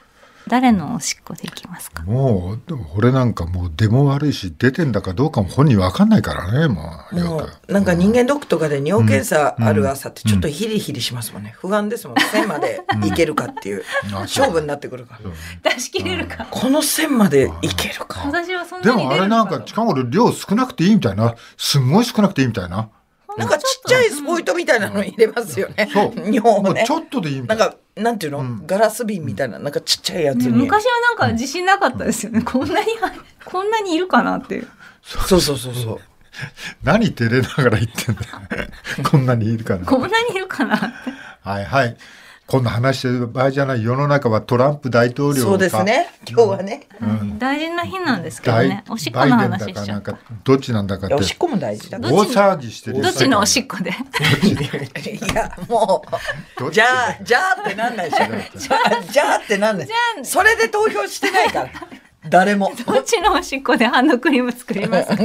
[SPEAKER 3] 誰のおしっこでいきますか
[SPEAKER 2] もう、俺なんかもう出も悪いし、出てんだかどうかも本人わかんないからね、もう。よ
[SPEAKER 5] も
[SPEAKER 2] く。
[SPEAKER 5] うなんか人間ドックとかで尿検査ある朝ってちょっとヒリヒリしますもんね不安ですもん1000までいけるかっていう勝負になってくるから
[SPEAKER 3] 出し切れるか
[SPEAKER 5] この1000までいけるか
[SPEAKER 3] 私はそん
[SPEAKER 2] で
[SPEAKER 3] なに
[SPEAKER 2] もあ
[SPEAKER 3] 出
[SPEAKER 2] れ
[SPEAKER 3] る
[SPEAKER 2] な
[SPEAKER 3] の
[SPEAKER 2] ん
[SPEAKER 3] か
[SPEAKER 2] か近頃量少なくていいみたいな。すんごい少なくていいみたいな。
[SPEAKER 5] なんかちっちゃいスポイトみたいなの入れますよね
[SPEAKER 2] そう。
[SPEAKER 5] 尿
[SPEAKER 2] も
[SPEAKER 5] を
[SPEAKER 2] う
[SPEAKER 5] ね
[SPEAKER 2] ちょっとでいいみた
[SPEAKER 5] ない
[SPEAKER 2] な。
[SPEAKER 5] んかなんていうの、ガラス瓶みたいななんかちっちゃいやつ
[SPEAKER 3] ね
[SPEAKER 5] に、
[SPEAKER 3] 昔はなんか自信なかったですよね こんなにこんなにいるかなっていう
[SPEAKER 5] そうそうそうそう
[SPEAKER 2] 何照れながら言ってんだよ こんなにいるかな。
[SPEAKER 3] こんなにいるかなって
[SPEAKER 2] はいはい。こんな話してる場合じゃない。世の中はトランプ大統領か
[SPEAKER 5] そうですね今日はね、
[SPEAKER 3] 大事な日なんですけど
[SPEAKER 2] 大
[SPEAKER 3] ねおしっこ
[SPEAKER 2] バイ
[SPEAKER 3] の
[SPEAKER 2] デン
[SPEAKER 3] 話
[SPEAKER 2] だ
[SPEAKER 3] し
[SPEAKER 2] か
[SPEAKER 3] ち
[SPEAKER 2] な
[SPEAKER 3] ゃ
[SPEAKER 2] ん
[SPEAKER 3] った
[SPEAKER 2] かどっちなんだかって
[SPEAKER 5] おしっこも大事だから
[SPEAKER 2] 大騒ぎしてる
[SPEAKER 3] どっちのおし
[SPEAKER 2] っ
[SPEAKER 3] っこで
[SPEAKER 5] いやも
[SPEAKER 2] どっ
[SPEAKER 5] う
[SPEAKER 2] ち
[SPEAKER 5] じゃあじゃあってなんないでしょじゃあじゃあってなんないそれで投票してないから 誰も
[SPEAKER 3] どっちのおしっこでハンドクリーム作りますか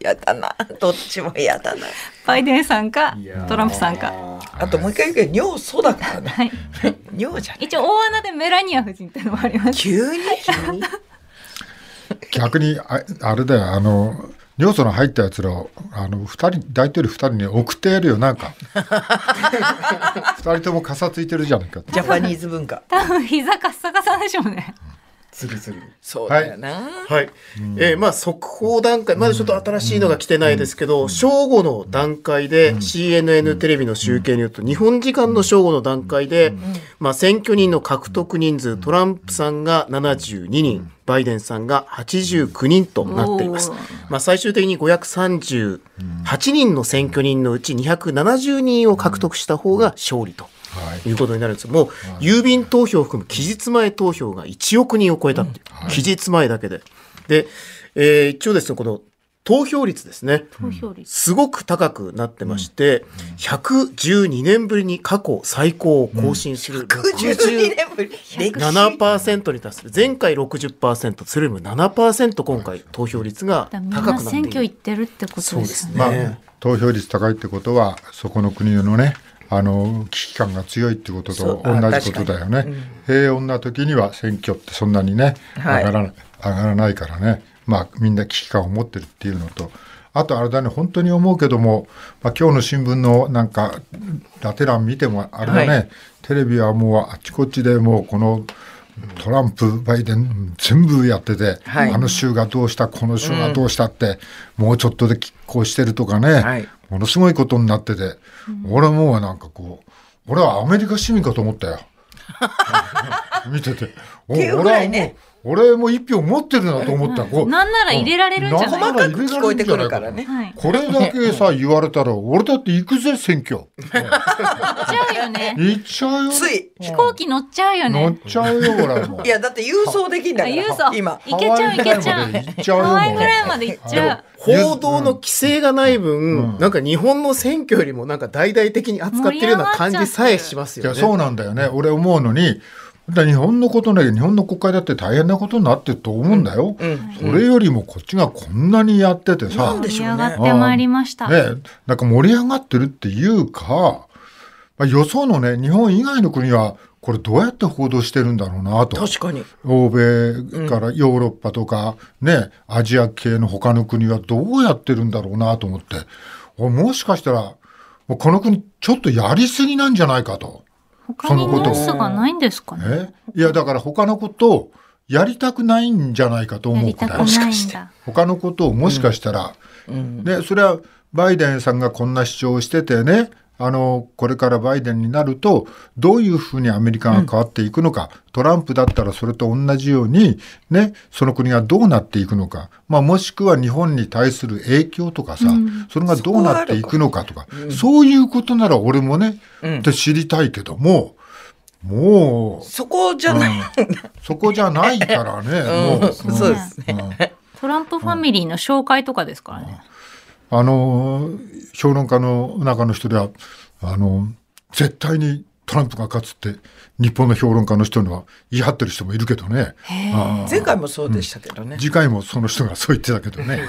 [SPEAKER 5] 嫌だなどっちも嫌だな
[SPEAKER 3] バイデンさんかトランプさんか
[SPEAKER 5] あともう一回言うけど尿素だからね
[SPEAKER 3] はい
[SPEAKER 5] 尿じゃない
[SPEAKER 3] 一応大穴でメラニア夫人ってのもあり ます
[SPEAKER 5] 急に
[SPEAKER 2] 逆にああれだよあの尿素の入ったやつらをあの二人大統領二人に送ってやるよなんか二人ともかさついてるじゃないかって
[SPEAKER 5] ジャパニーズ文化
[SPEAKER 3] 多分膝カッサカサでしょうね
[SPEAKER 4] つるつる
[SPEAKER 5] そうだよな、
[SPEAKER 4] はい、えーまあ速報段階まだちょっと新しいのが来てないですけど、正午の段階で CNN テレビの集計によると、日本時間の正午の段階で、まあ、選挙人の獲得人数トランプさんが72人バイデンさんが89人となっています
[SPEAKER 3] おー。
[SPEAKER 4] まあ、最終的に538人の選挙人のうち270人を獲得した方が勝利と。
[SPEAKER 2] はい
[SPEAKER 4] いうことになるんですもう郵便投票を含む期日前投票が1億人を超えたっていう、期日前だけで。で、えー一応ですね、この投票率ですね、
[SPEAKER 3] 投票率
[SPEAKER 4] すごく高くなってまして、112年ぶりに過去最高を更新する
[SPEAKER 5] 12年ぶり歴史
[SPEAKER 4] 7%に達する前回60%それよりも7%今回投票率が
[SPEAKER 3] だからみんな
[SPEAKER 4] 高くなってい
[SPEAKER 3] 選挙
[SPEAKER 4] る
[SPEAKER 3] 行ってるってことです
[SPEAKER 4] そう
[SPEAKER 3] よ
[SPEAKER 4] で
[SPEAKER 3] ね
[SPEAKER 4] すね、
[SPEAKER 2] まあ、投票率高いってことはそこの国のねあの危機感が強いってことと
[SPEAKER 5] そうあ
[SPEAKER 2] 同じことだよね、平穏な時には選挙ってそんなにね、
[SPEAKER 5] はい
[SPEAKER 2] 上がらない上がらないからね、まあ、みんな危機感を持ってるっていうのとあとあれだね本当に思うけども、まあ、今日の新聞のなんかラテ欄見てもあれだね、
[SPEAKER 5] は
[SPEAKER 2] テレビはもうあちこちでもうこのトランプバイデン全部やってて、
[SPEAKER 5] はい
[SPEAKER 2] あの州がどうしたこの州がどうしたって、もうちょっとで拮抗してるとかね、
[SPEAKER 5] はい
[SPEAKER 2] ものすごいことになってて、俺もうなんかこう俺はアメリカ市民かと思ったよ見ててお
[SPEAKER 5] っていうぐらいね
[SPEAKER 2] 俺はもう俺も一票持ってるなと思った、こう
[SPEAKER 3] なんなら入れられるんじゃない
[SPEAKER 2] なんなら入れられるんじゃない
[SPEAKER 5] 細かく聞こえてくるからね
[SPEAKER 3] はい
[SPEAKER 2] これだけさ言われたら俺だって行くぜ選挙
[SPEAKER 3] 乗っちゃうよね
[SPEAKER 2] 行っちゃうよ
[SPEAKER 5] つい
[SPEAKER 3] 飛行機乗っちゃうよ
[SPEAKER 2] 乗っ
[SPEAKER 3] ね
[SPEAKER 2] ちゃうよ俺も
[SPEAKER 5] いやだって郵送できんだか
[SPEAKER 3] あ郵
[SPEAKER 5] ら
[SPEAKER 3] 送
[SPEAKER 5] 今
[SPEAKER 3] いけちゃういけちゃう
[SPEAKER 2] ハワイぐらいまで行っちゃうよ
[SPEAKER 3] ハワイぐらいまで行っちゃう
[SPEAKER 4] 報道の規制がない分、なんか日本の選挙よりもなんか大々的に扱ってるような感じさえします
[SPEAKER 2] いや
[SPEAKER 4] よね。
[SPEAKER 2] そうなんだよね俺思うのにだから日本のことだけど日本の国会だって大変なことになってると思うんだよ、
[SPEAKER 5] うん
[SPEAKER 2] それよりもこっちがこんなにやっててさ、
[SPEAKER 5] なんで
[SPEAKER 3] 盛
[SPEAKER 5] し
[SPEAKER 3] り
[SPEAKER 5] ょうね
[SPEAKER 3] 上がってまいりました。
[SPEAKER 2] ね、なんか盛り上がってるっていうか、まあ、よそのね日本以外の国はこれどうやって報道してるんだろうなと
[SPEAKER 5] 確かに。
[SPEAKER 2] 欧米からヨーロッパとか、ねアジア系の他の国はどうやってるんだろうなと思っておもしかしたらもうこの国ちょっとやりすぎなんじゃないかと。
[SPEAKER 3] 他にニュースがないんですかね。
[SPEAKER 2] ね、いやだから他のことをやりたくないんじゃないかと
[SPEAKER 3] や
[SPEAKER 2] 思う
[SPEAKER 3] り
[SPEAKER 2] く
[SPEAKER 3] た
[SPEAKER 2] ら
[SPEAKER 3] く
[SPEAKER 2] い
[SPEAKER 3] ないんだ。
[SPEAKER 2] 他のことをもしかしたら、
[SPEAKER 5] うん。
[SPEAKER 2] でそれはバイデンさんがこんな主張をしててねあのこれからバイデンになるとどういうふうにアメリカが変わっていくのか、トランプだったらそれと同じように、ね、その国がどうなっていくのか、まあ、もしくは日本に対する影響とかさ、
[SPEAKER 3] うん
[SPEAKER 2] それがどうなっていくのかとかそういうことなら俺もね、
[SPEAKER 5] うん
[SPEAKER 2] って知りたいけどももう
[SPEAKER 5] そこじゃない。
[SPEAKER 2] そこじゃないからね、
[SPEAKER 5] う
[SPEAKER 2] も
[SPEAKER 5] ん。
[SPEAKER 2] う。
[SPEAKER 5] そうですね。
[SPEAKER 2] うん
[SPEAKER 3] トランプファミリーの紹介とかですからね。
[SPEAKER 2] あのー評論家の中の人ではあのー絶対にトランプが勝つって日本の評論家の人には言い張ってる人もいるけどねあー
[SPEAKER 5] 前回もそうでしたけどね。
[SPEAKER 2] 次回もその人がそう言ってたけど ね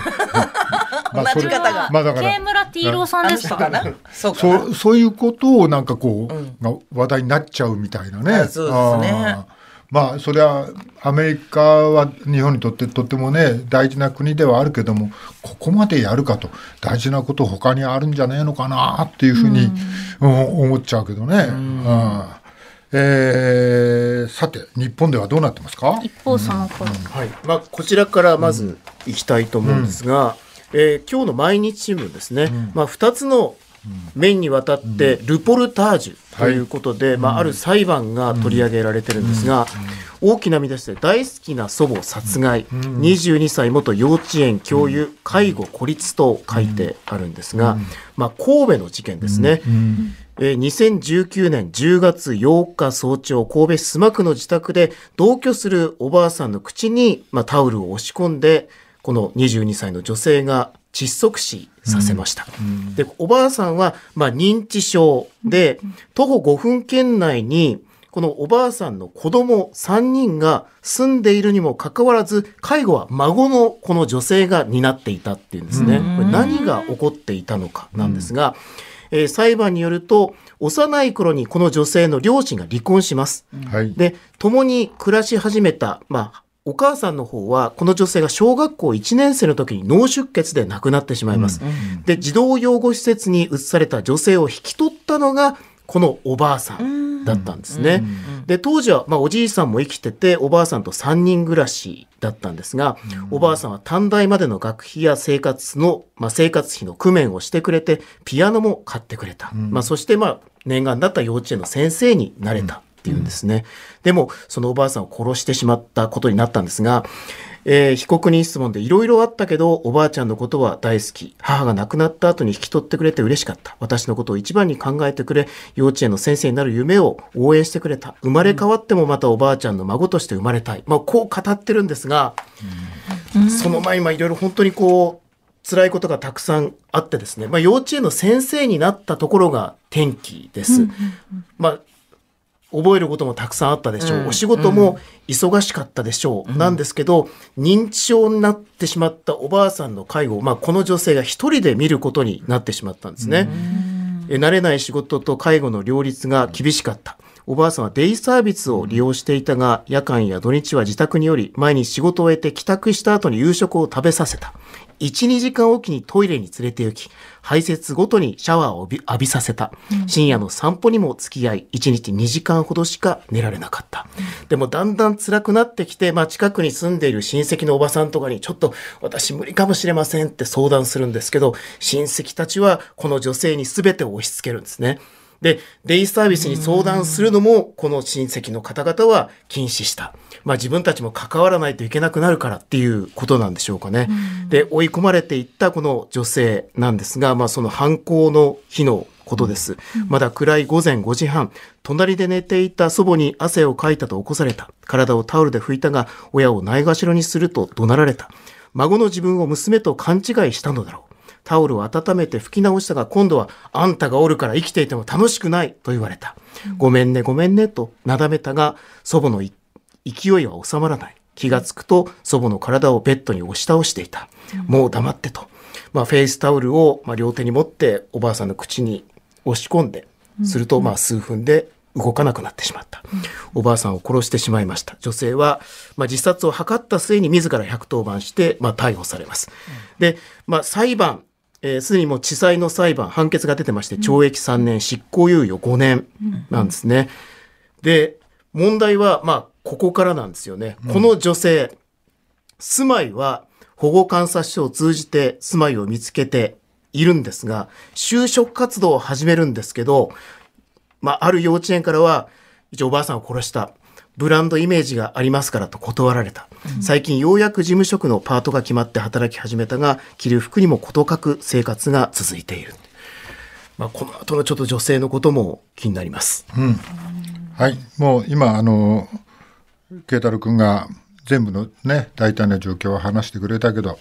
[SPEAKER 2] まあそ
[SPEAKER 5] 同
[SPEAKER 2] れ
[SPEAKER 5] じ方が。
[SPEAKER 2] まあだから
[SPEAKER 3] ケイムラティーローさんですか
[SPEAKER 5] あの人かな。そうかな。
[SPEAKER 2] そうそういうことをなんかこう、
[SPEAKER 5] うん
[SPEAKER 2] が話題になっちゃうみたいなね。
[SPEAKER 5] あそう
[SPEAKER 2] あ
[SPEAKER 5] ですね
[SPEAKER 2] ーまあそれはアメリカは日本にとってとってもね大事な国ではあるけどもここまでやるかと大事なこと他にあるんじゃねえのかなっていうふうに、うん思っちゃうけどね。うんえーさて日本ではどうなってますか
[SPEAKER 3] 一方その頃。
[SPEAKER 4] はいまあ、こちらからまず行きたいと思うんですが、えー今日の毎日新聞ですね、まあ、2つの面にわたってルポルタージュということで、まあ、ある裁判が取り上げられてるんですが、大きな見出しで大好きな祖母殺害、22歳元幼稚園教諭介護孤立と書いてあるんですが、まあ、神戸の事件ですね、えー2019年10月8日早朝、神戸市須磨区の自宅で同居するおばあさんの口に、まあ、タオルを押し込んで、この22歳の女性が窒息死させました。で、おばあさんは、まあ、認知症で、徒歩5分圏内に、このおばあさんの子供3人が住んでいるにもかかわらず、介護は孫のこの女性が担っていたっていうんですね。これ何が起こっていたのかなんですが、えー裁判によると、幼い頃にこの女性の両親が離婚します。
[SPEAKER 2] はい。
[SPEAKER 4] で、共に暮らし始めた、まあ、お母さんの方は、この女性が小学校1年生の時に脳出血で亡くなってしまいます。で、児童養護施設に移された女性を引き取ったのが、このおばあさんだったんですね。で、当時は、まあ、おじいさんも生きてて、おばあさんと3人暮らしだったんですが、おばあさんは短大までの学費や生活の、まあ、生活費の工面をしてくれて、ピアノも買ってくれた。まあ、そして、まあ、念願だった幼稚園の先生になれた。っていうんですね。でも、そのおばあさんを殺してしまったことになったんですが、えー被告人質問でいろいろあったけど、おばあちゃんのことは大好き。母が亡くなった後に引き取ってくれて嬉しかった。私のことを一番に考えてくれ、幼稚園の先生になる夢を応援してくれた。生まれ変わってもまたおばあちゃんの孫として生まれたい。まあ、こう語ってるんですが、その前、今いろいろ本当にこう、辛いことがたくさんあってですね、まあ、幼稚園の先生になったところが転機です。まあ、覚えることもたくさんあったでしょう、
[SPEAKER 5] うん
[SPEAKER 4] お仕事も忙しかったでしょう、なんですけど認知症になってしまったおばあさんの介護を、まあ、この女性が一人で見ることになってしまったんですね、え慣れない仕事と介護の両立が厳しかったおばあさんはデイサービスを利用していたが夜間や土日は自宅により毎日仕事を終えて帰宅した後に夕食を食べさせた12時間おきにトイレに連れて行き排泄ごとにシャワーを浴び浴びさせた、深夜の散歩にも付き合い1日2時間ほどしか寝られなかったでもだんだん辛くなってきて、まあ、近くに住んでいる親戚のおばさんとかにちょっと私無理かもしれませんって相談するんですけど親戚たちはこの女性に全てを押し付けるんですねで、デイサービスに相談するのも、この親戚の方々は禁止した。まあ自分たちも関わらないといけなくなるからっていうことなんでしょうかね。で、追い込まれていったこの女性なんですが、まあその犯行の日のことです。まだ暗い午前5時半、隣で寝ていた祖母に汗をかいたと起こされた。体をタオルで拭いたが、親をないがしろにすると怒鳴られた。孫の自分を娘と勘違いしたのだろう。タオルを温めて拭き直したが、今度はあんたがおるから生きていても楽しくないと言われた。ごめんね、ごめんねとなだめたが、祖母のい勢いは収まらない。気がつくと祖母の体をベッドに押し倒していた。もう黙ってと。まあ、フェイスタオルをまあ両手に持っておばあさんの口に押し込んで、するとまあ数分で動かなくなってしまった。おばあさんを殺してしまいました。女性は、まあ、自殺を図った末に自ら110番して、まあ、逮捕されます。で、まあ、裁判、えーすでにもう地裁の裁判、判決が出てまして、懲役3年、執行猶予5年なんですね。で、問題は、まあ、ここからなんですよね。この女性、住まいは保護観察所を通じて住まいを見つけているんですが、就職活動を始めるんですけど、まあ、ある幼稚園からは、一応おばあさんを殺した。ブランドイメージがありますからと断られた。最近ようやく事務職のパートが決まって働き始めたが、着る服にも事欠く生活が続いている。まあ、この後のちょっと女性のことも気になります。
[SPEAKER 2] はい、もう今、あの、慶太郎君が全部のね、大体の状況を話してくれたけど、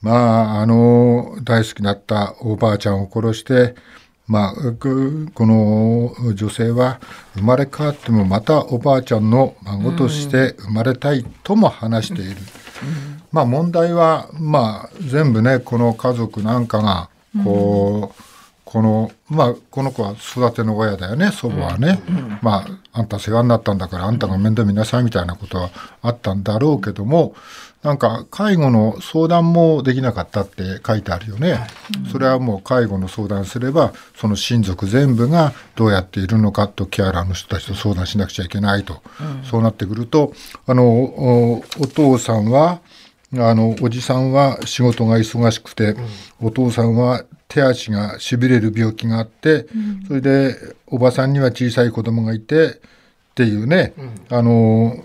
[SPEAKER 2] まあ、あの、大好きだったおばあちゃんを殺して、まあ、くこの女性は生まれ変わってもまたおばあちゃんの孫として生まれたいとも話している。まあ問題は、まあ全部ね、この家族なんかが、こう、この、まあこの子は育ての親だよね、祖母はね。まあ、あんた世話になったんだから、あんたが面倒見なさいみたいなことはあったんだろうけども、なんか介護の相談もできなかったって書いてあるよね。それはもう介護の相談すれば、その親族全部がどうやっているのかとケアラーの人たちと相談しなくちゃいけないと。そうなってくると、あの、おお父さんは、あの、おじさんは仕事が忙しくて、お父さんは手足が痺れる病気があって、それで、おばさんには小さい子供がいて、っていうね、あの、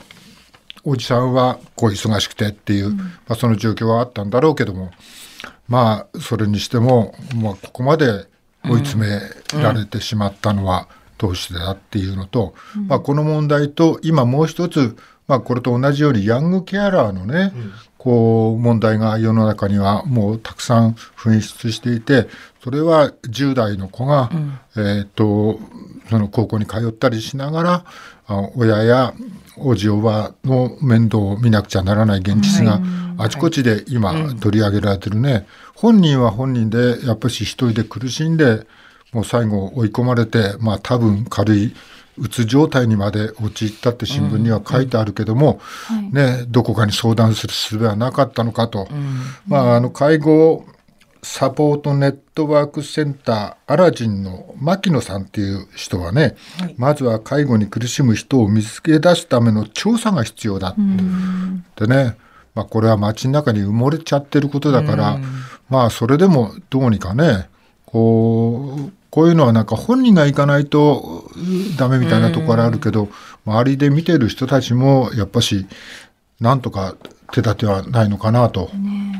[SPEAKER 2] おじさんはこう忙しくてっていう、まあ、その状況はあったんだろうけども、まあ、それにしても、まあ、ここまで追い詰められてしまったのはどうしてだっていうのと、まあ、この問題と、今もう一つ、まあ、これと同じようにヤングケアラーのね、こう、問題が世の中にはもうたくさん噴出していて、それは10代の子が、えっと、その高校に通ったりしながら、あ親やおじおばの面倒を見なくちゃならない現実があちこちで今取り上げられてるね。本人は本人でやっぱし一人で苦しんで、もう最後追い込まれて、まあ多分軽いうつ状態にまで陥ったって新聞には書いてあるけども、ね、どこかに相談する術はなかったのかと。まああの介護サポートネットワークセンターアラジンの牧野さんっていう人はね、まずは介護に苦しむ人を見つけ出すための調査が必要だってね、まあ、これは街の中に埋もれちゃってることだから、まあそれでもどうにかねこうこういうのはなんか本人が行かないとうダメみたいなところあるけど、周りで見てる人たちもやっぱしなんとか手立てはないのかなと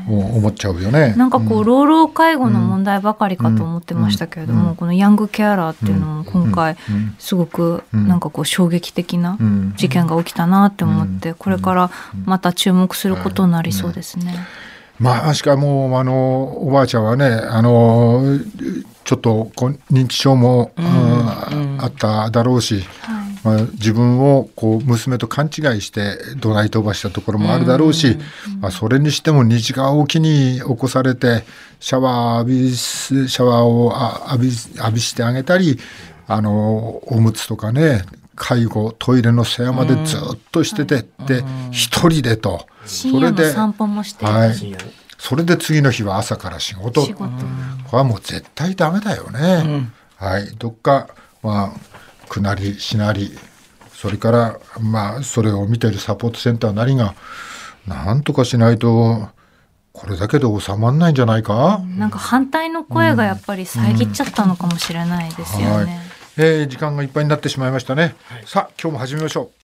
[SPEAKER 2] 思っちゃうよね。
[SPEAKER 3] なんかこう、老老介護の問題ばかりかと思ってましたけれども、このヤングケアラーっていうのも今回、すごくなんかこう衝撃的な
[SPEAKER 2] うん
[SPEAKER 3] 事件が起きたなって思って、これからまた注目することになりそうですね。
[SPEAKER 2] まあ、しかも、あの、おばあちゃんはね、あの、ちょっとこう認知症も、あーあっただろうし、まあ、自分をこう娘と勘違いして怒鳴り飛ばしたところもあるだろうし、まあ、それにしても2時間おきに起こされて、シャワー浴びす、シャワーをあ浴び、浴びしてあげたり、あの、おむつとかね、介護、トイレの世話までずっとしててって、一人でと。
[SPEAKER 3] 深夜
[SPEAKER 2] それ
[SPEAKER 3] の
[SPEAKER 2] で
[SPEAKER 3] 散歩もして、
[SPEAKER 2] はい。それで次の日は朝から仕事。
[SPEAKER 3] 仕事
[SPEAKER 2] これはもう絶対ダメだよね。はい。どっか、まあ、くなり、しなり、それから、まあ、それを見てるサポートセンターなりが、なんとかしないと、これだけで収まんないんじゃないか、
[SPEAKER 3] なんか反対の声がやっぱり遮っちゃったのかもしれないですよね。
[SPEAKER 2] はい。えー時間がいっぱいになってしまいましたね。さあ、今日も始めましょう。